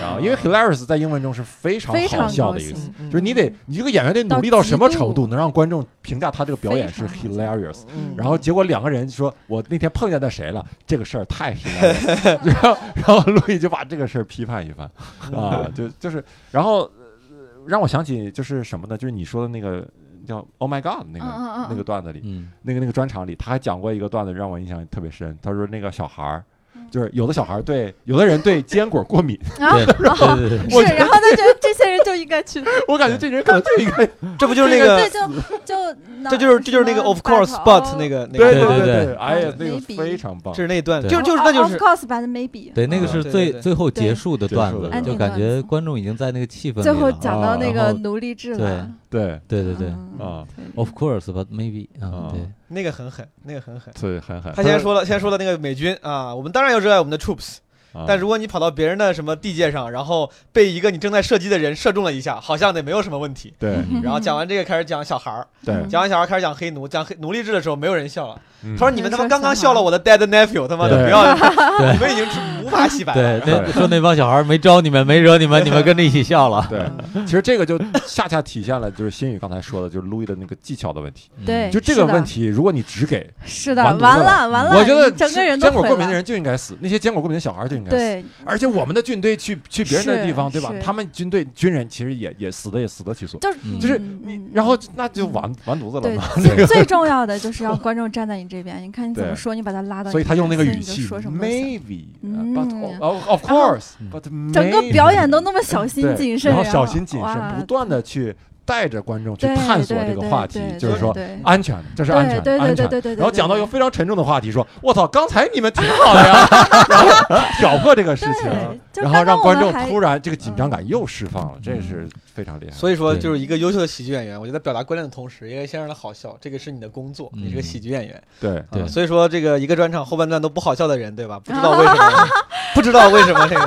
然
后，因为 hilarious 在英文中是非常
非
好
常
笑
高
的一个
兴
词，
嗯
就是你得你这个演员得努力到什么程度，能让观众评价他这个表演是
非常
hilarious。
嗯
然后结果两个人说：“我那天碰见那谁了，这个事儿太 hilarious。”然 后然后路易就把这个事儿批判一番 啊，就就是然后呃让我想起就是什么呢？就是你说的那个叫 Oh my God 那
嗯嗯嗯
个那个段子里，
嗯
那个那个专场里，他还讲过一个段子，让我印象特别深。他说那个小孩儿
嗯，
就是有的小孩儿对有的人对坚果过敏。
然后
对 对对对，
我
是，然后他觉得这些人就应该去，
我感觉这人可能就应该
这不就是那
对，
个，
就就
这就是这就是那个 of course but 那
个，
个那
对
个，
对
对对
哎呀，那
对
个
嗯 maybe
非常棒
这。是那一段，
对
就是就是那就
哦 of
是
course but maybe，
对那个
啊
是
对
最
对
最后
对
结束的
结
段
束的
子
段，
就
子
感觉观众已经在那个气氛
嗯
里
最后
了
讲到那
啊
个
然后
奴隶制
对
了，
对
对对对
嗯
啊，
，Of course，but maybe，
啊
嗯，对，
那个很狠，那个很狠。
对，很狠。
他先说了，先说了那个美军啊，我们当然要热爱我们的 troops，
啊，
但如果你跑到别人的什么地界上，然后被一个你正在射击的人射中了一下，好像也没有什么问题。
对
嗯
然后讲完这个开始讲小孩儿，
对，
讲完小孩儿开始讲黑奴，讲黑奴隶制的时候没有人笑了。
嗯
他说你们他妈刚刚笑了我的 dead nephew，他妈的
对
不要，
对
你们已经出无法洗白
对
了。，
那说那帮小孩儿没招你们， 没惹你们，你们跟着一起笑 了。
对，
嗯
其实这个就恰恰体现了就是新宇刚才说的，就是路易的那个技巧的问
嗯
题。
对，
就这
是
个
的
问，题，如果你只给，
是的，
完犊子
完
了
完了，
我觉得
你整个人都
坚果
毁
过敏的
了
人就应该死，那些坚果过敏的小孩就应该死。
对
而且我们的军队去去别人的
是
地方，对吧
是？
他们军队军人其实也也死的也死得其所，
就是
嗯
就是
嗯嗯
然后那就完完犊子了
对
嘛。，
最最重要的就是要观众站在你这边，你看你怎么
对
说，你把他拉到你这边，
所以他用那个
所以
语
你就
气
说什么都行。
，maybe，呃
嗯
but of of
然后
course，but
整个
maybe
表演都那么小心
对
谨慎，啊
然后小心谨慎，
哇
不断的去带着观众去
对
探索
对
这个
对
话题
对，
就是
对
说
对
安全的，这是安全
对
的，
对对
安
对
全
对
的。
对对，
然后讲到一个
对
非常沉重的话题，说：“我操，刚才你们挺好的 呀！”然后挑拨这个事情，啊
对，就
然
刚
后让
刚我
观
们
众
还
突然这个紧张感又释放了，这
嗯
是非常厉害。
所以说，
对
就是一个优秀的喜剧演员，我觉得表达观点的同时，也先让他好笑，这个是你的工作，
嗯
你是个喜剧演员。
对
对
啊所以说这个一个专场后半段都不好笑的人，对吧？不知道为什么，不知道为什么这个，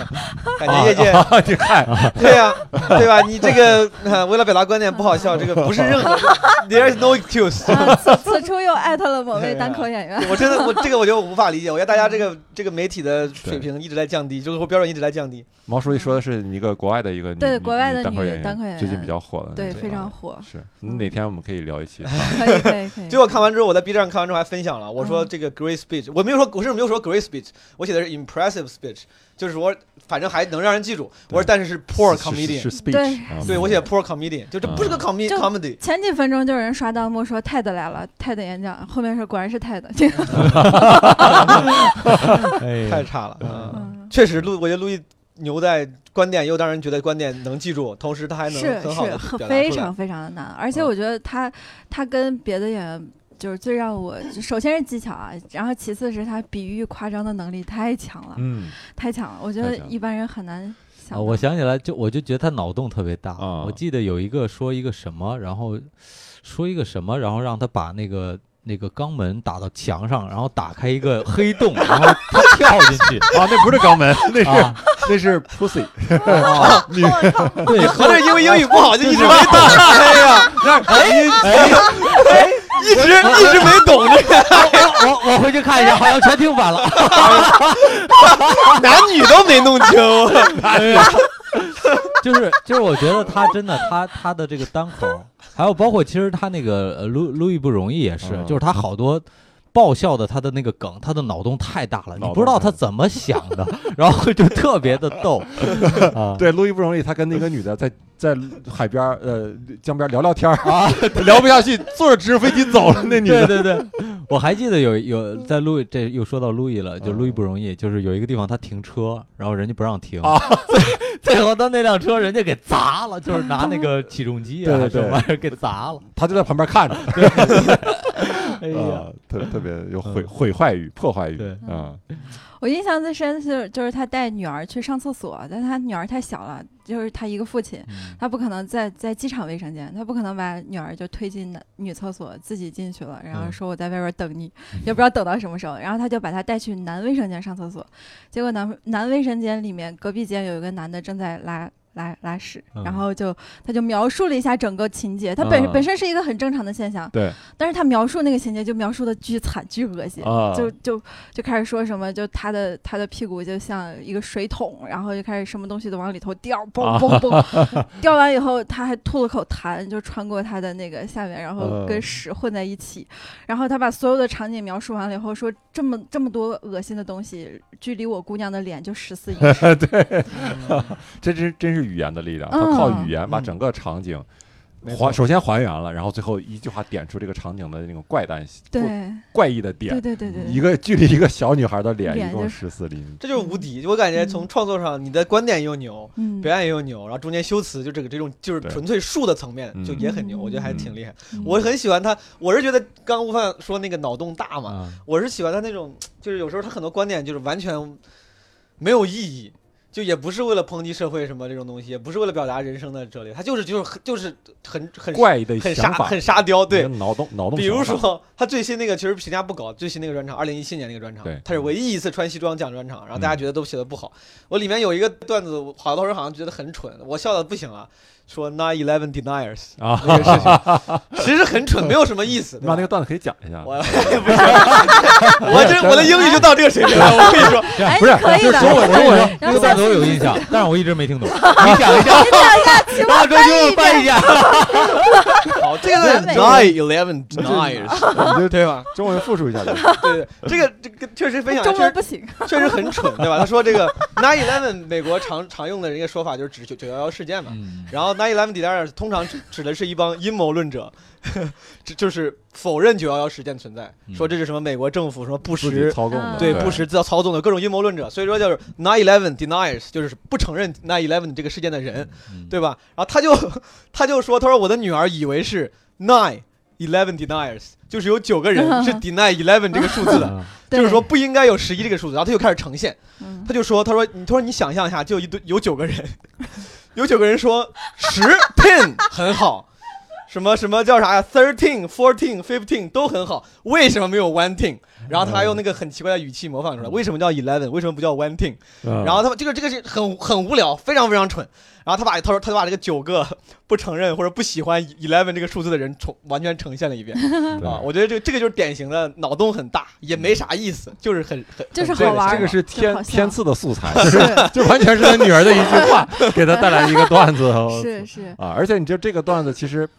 感觉业界
啊，你看，
对呀、对吧？你这个、 呃为了表达观点不好笑，这个不是任何 ，there's no excuse。
啊此此处又艾特了某
对
啊
位
呀
单口演员，
我真的，我这个我觉得我无法理解，我觉得大家这个这个媒体的水平一直在降低，就是说标准一直在降低。
毛书记说的是一个国外的一个女
对
女
国外的
女单口
女
演员，
单口演员
最近比较火的，啊
对，
对
非 常火，
是。
嗯
哪天我们可以聊一期？
哎
可以可以可以。
结果看完之后，我在 B 站看完之后还分享了，我说
哎嗯
这个 great speech，我没有说，我甚至没有说 great speech，我写的是 impressive speech，就是说反正还能让人记住。我说但是是 poor
是是
comedian，
是嗯 speech，
对
啊
对我写 poor comedian，就这不是个 com e d
就
comedy。
前几分钟就有人刷弹幕说泰德来了，泰德演讲，后面说果然是泰德，这个
哎
哎 嗯太差了，嗯，确实路，我觉得路易牛在观点又让人觉得观点能记住，同时他还能
是
很好的
是很非常非常的难，而且我觉得他、他跟别的演员就是最让我，首先是技巧啊，然后其次是他比喻夸张的能力太强了，
嗯
太强了，我觉
太
得
强了
一般人很难想
啊，
到。
我想起来就我就觉得他脑洞特别大。
啊
我记得有一个说一个什么，然后说一个什么，然后让他把那个那个肛门打到墙上，然后打开一个黑洞，然后他跳进去。
啊，那不是肛门，那是
啊，
那是 pussy，
啊
你
对，
合着因为英语不好就一直没 懂，
那哎
一直一直没懂这个，
我我回去看一下，好像全听反了。
男女都没弄清。
就是就是，我觉得他真的他他的这个单口儿，还有包括其实他那个呃路路易不容易也是，
嗯
就是他好多。爆笑的他的那个梗，他的脑洞太大了，你
脑洞
不知道
太大
他怎么想的， 然后就特别的 逗啊。
对，路易不容易，他跟那个女的在在海边儿呃江边儿聊聊天儿 啊，聊不下去，坐着直升飞机走了，那女
对
的
对对，我还记得有有在路这又说到路易了，就
嗯
路易不容易，就是有一个地方他停车，然后人家不让停
啊，
最最后他那辆车人家给砸了，就是拿那个起重机啊
对对
什
对
么玩意儿给砸了。
他就在旁边看着，
哎呀，
啊，特特别有毁
嗯
毁坏欲、破坏欲，
对
啊，
我印象最深就是就是他带女儿去上厕所，但他女儿太小了，就是他一个父亲，
嗯
他不可能在在机场卫生间，他不可能把女儿就推进男女厕所自己进去了，然后
嗯
说我在外边等你，也不知道等到什么时候，然后他就把她带去男卫生间上厕所，结果男男卫生间里面隔壁间有一个男的正在拉。拉拉屎，然
嗯
后就他就描述了一下整个情节，他本、
嗯
本身是一个很正常的现象，
对
但是他描述那个情节就描述的巨惨巨恶心，
啊，
嗯就就就开始说什么，就他的他的屁股就像一个水桶，然后就开始什么东西都往里头掉，
啊
嘣 嘣嘣，掉完以后他还吐了口痰，就穿过他的那个下面，然后跟
嗯
屎混在一起。然后他把所有的场景描述完了以后，说这么这么多恶心的东西，距离我姑娘的脸就 十四英尺。
这真真是语言的力量，
嗯
他靠语言把
嗯
整个场景
没错
还首先还原了，然后最后一句话点出这个场景的那种怪诞
对
怪异的
对
点。
对对对
一个 距离一个小女孩的脸
嗯脸
一共
就
十四厘米，
这就是无敌。我感觉从创作上，你的观点又牛，
嗯，
表演又牛，然后中间修辞就这个这种就是
对
纯粹术的层面
嗯
就也很牛，
嗯
我觉得还挺厉害。
嗯
我很喜欢他，我是觉得刚刚悟饭说那个脑洞大
嗯
嘛，
啊，
我是喜欢他那种，就是有时候他很多观点就是完全没有意义，就也不是为了抨击社会什么这种东西，也不是为了表达人生的哲理，他就是就是很就是很很
怪异的
很
想
沙
法，
很沙雕，
你
对
的。脑洞脑洞想法。
比如说，他最新那个其实评价不高，最新那个专场，二零一七年那个专场
对，嗯
他是唯一一次穿西装讲专场，然后大家觉得都写的不好。我里面有一个段子，我好多人好像觉得很蠢，我笑的不行了，说 nine eleven deniers
啊
那个事情，其实很蠢，没有什么意思。对
那
吧
那个段子可以讲一下，
我不是，我这我的英语就到这个水平了。我跟你 说，
哎
不是
可以
就是
的，
所有人
我
然
这
后
个
下
段
次
子我有印象，但是我一直没 听懂。你讲一下，
你讲 一下，请
大
我
哥给我
翻
翻
译
一
一遍。
下。
好，这个
完美
nine eleven deniers，
你 就
对吧？
中文复述一下就行。
对对，这个这个确实分享，
中
确
文
实
不行，
确实很蠢，对吧？他说这个 nine eleven 美国常常用的人家说法就是指九九幺幺事件嘛。
嗯
然后 nine eleven deniers 通常指指的是一帮阴谋论者， 这就是否认九幺幺事件存在，说这是什么美国政府什么不
自己
实
操控的，
嗯
对
对
不实制造操纵的各种阴谋论者，所以说就是 nine eleven deniers，就是不承认 nine eleven 这个事件的人。
嗯
对吧？然后他就 他就说，他说我的女儿以为是 nine eleven deniers，就是有九个人 是 deny eleven 这个数字的，
嗯
就是
对
说不应该有十一这个数字。然后他就开始呈现，
嗯
他就说，他说你他说你想象一下，就有一堆有九个人，有九个人说十 ten 很好。什么什么叫啥呀？thirteen、fourteen、fifteen 都很好，为什么没有 one thing？然后他还用那个很奇怪的语气模仿出来，为什么叫 eleven？为什么不叫 one thing？
嗯
然后他把这个这个是很很无聊，非常非常蠢。然后他把他说他就把这个九个不承认或者不喜欢 eleven 这个数字的人重完全呈现了一遍
对
啊！我觉得这个这个就是典型的脑洞很大，也没啥意思，就是很很
就是
很醉的
好玩儿
这个是
就
天
好笑
天赐的素 材，就是就完全是他女儿的一句话，给他带来一个段子。
是是，
啊，而且你知道这个段子其实，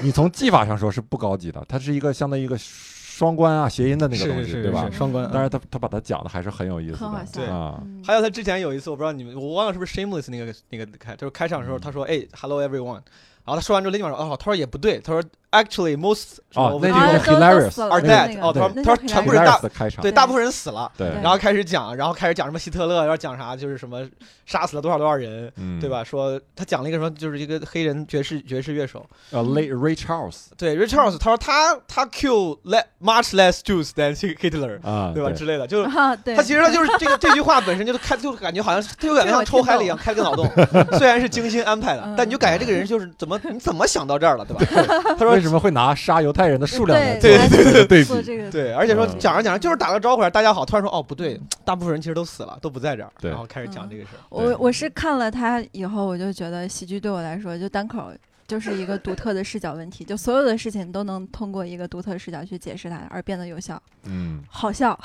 你从技法上说是不高级的，它是一个相当于一个双关啊、谐音的那个东西，对吧
是？
双关。
但是他他把它讲的还是很有意思
很好
的，
笑
对
啊，
嗯
还有他
嗯
之前有一次，我不知道你们，我忘了是不是 Shameless 那个那个开，就是开场的时候，他说：“哎，Hello everyone。”然后他说完之后，雷军说：“哦，他说也不对，他说 actually most 什么
哦
我
那句
们
然
话
后啊都都
hilarious，
死了
are
那
dead
个
哦，他
对
说他说全部
布
人
莱
大
尔的开场
对
对
大部分人死了，
对
对
然后开始讲，然后开始讲什么希特勒要讲啥，就是什么杀死了多少多少人，
嗯
对？吧？说他讲了一个什么，就是一个黑人爵士爵士乐手，
呃，Ray Ray Charles
对 Richards，他说他他 kill le much less Jews than Hitler，
啊，
对吧？之类的，就是
啊，对，
他其实他就是这个 这句话本身就是开，就感觉好像是他就感觉像抽嗨了一样开了个 脑洞，虽然是精心安排的
嗯，
但你就感觉这个人就是怎么你怎么想到这儿了，对吧？ 他说
为什么会拿杀犹太人的数量来
对
做
对
对比
做这个，
对，而且说
嗯
讲着讲着就是打个招呼，大家好，突然说哦不对，大部分人其实都死了，都不在这儿，
对
然后开始讲这个事儿。
对
我我是看了他以后，我就觉得喜剧对我来说，就单口就是一个独特的视角问题，就所有的事情都能通过一个独特的视角去解释它，而变得有效、
嗯，
好笑。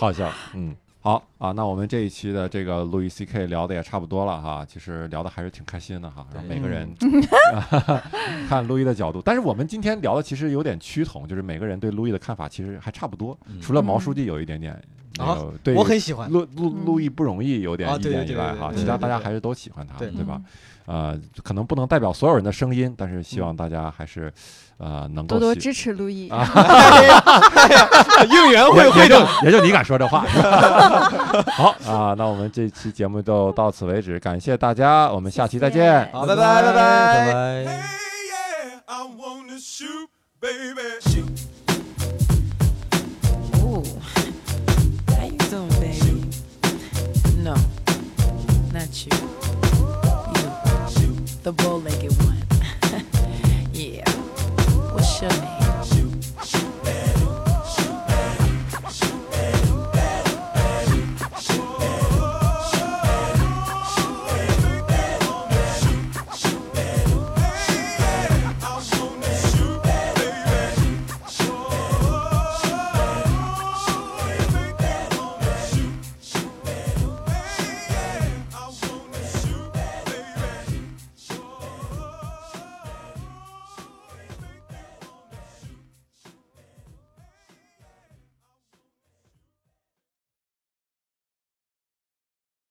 好笑，嗯。好啊，那我们这一期的这个路易 C K 聊的也差不多了哈，其实聊的还是挺开心的哈，然后每个人、 看路易的角度，但是我们今天聊的其实有点趋同，就是每个人对路易的看法其实还差不多，
嗯
除了毛书记有一点点那
啊
个、对
我很喜欢，
路路
嗯
路易不容易有点
啊
意
对
见
对
以
对
外
对
哈，
对
其
对
他
对
大家
对
还是都喜欢他，
对嗯
对吧？呃，可能不能代表所有人的声音，但是希望大家还是呃能够
多多
喜
支持路易，
啊，
应援
也
会
也
会
就
的，
也就你敢说这话。好啊，那我们这期节目就到此为止，感谢大家，我们下期再
谢谢
见。
好，拜拜拜拜
拜
Hey,
拜
yeah, I wanna shoot, baby. Shoot,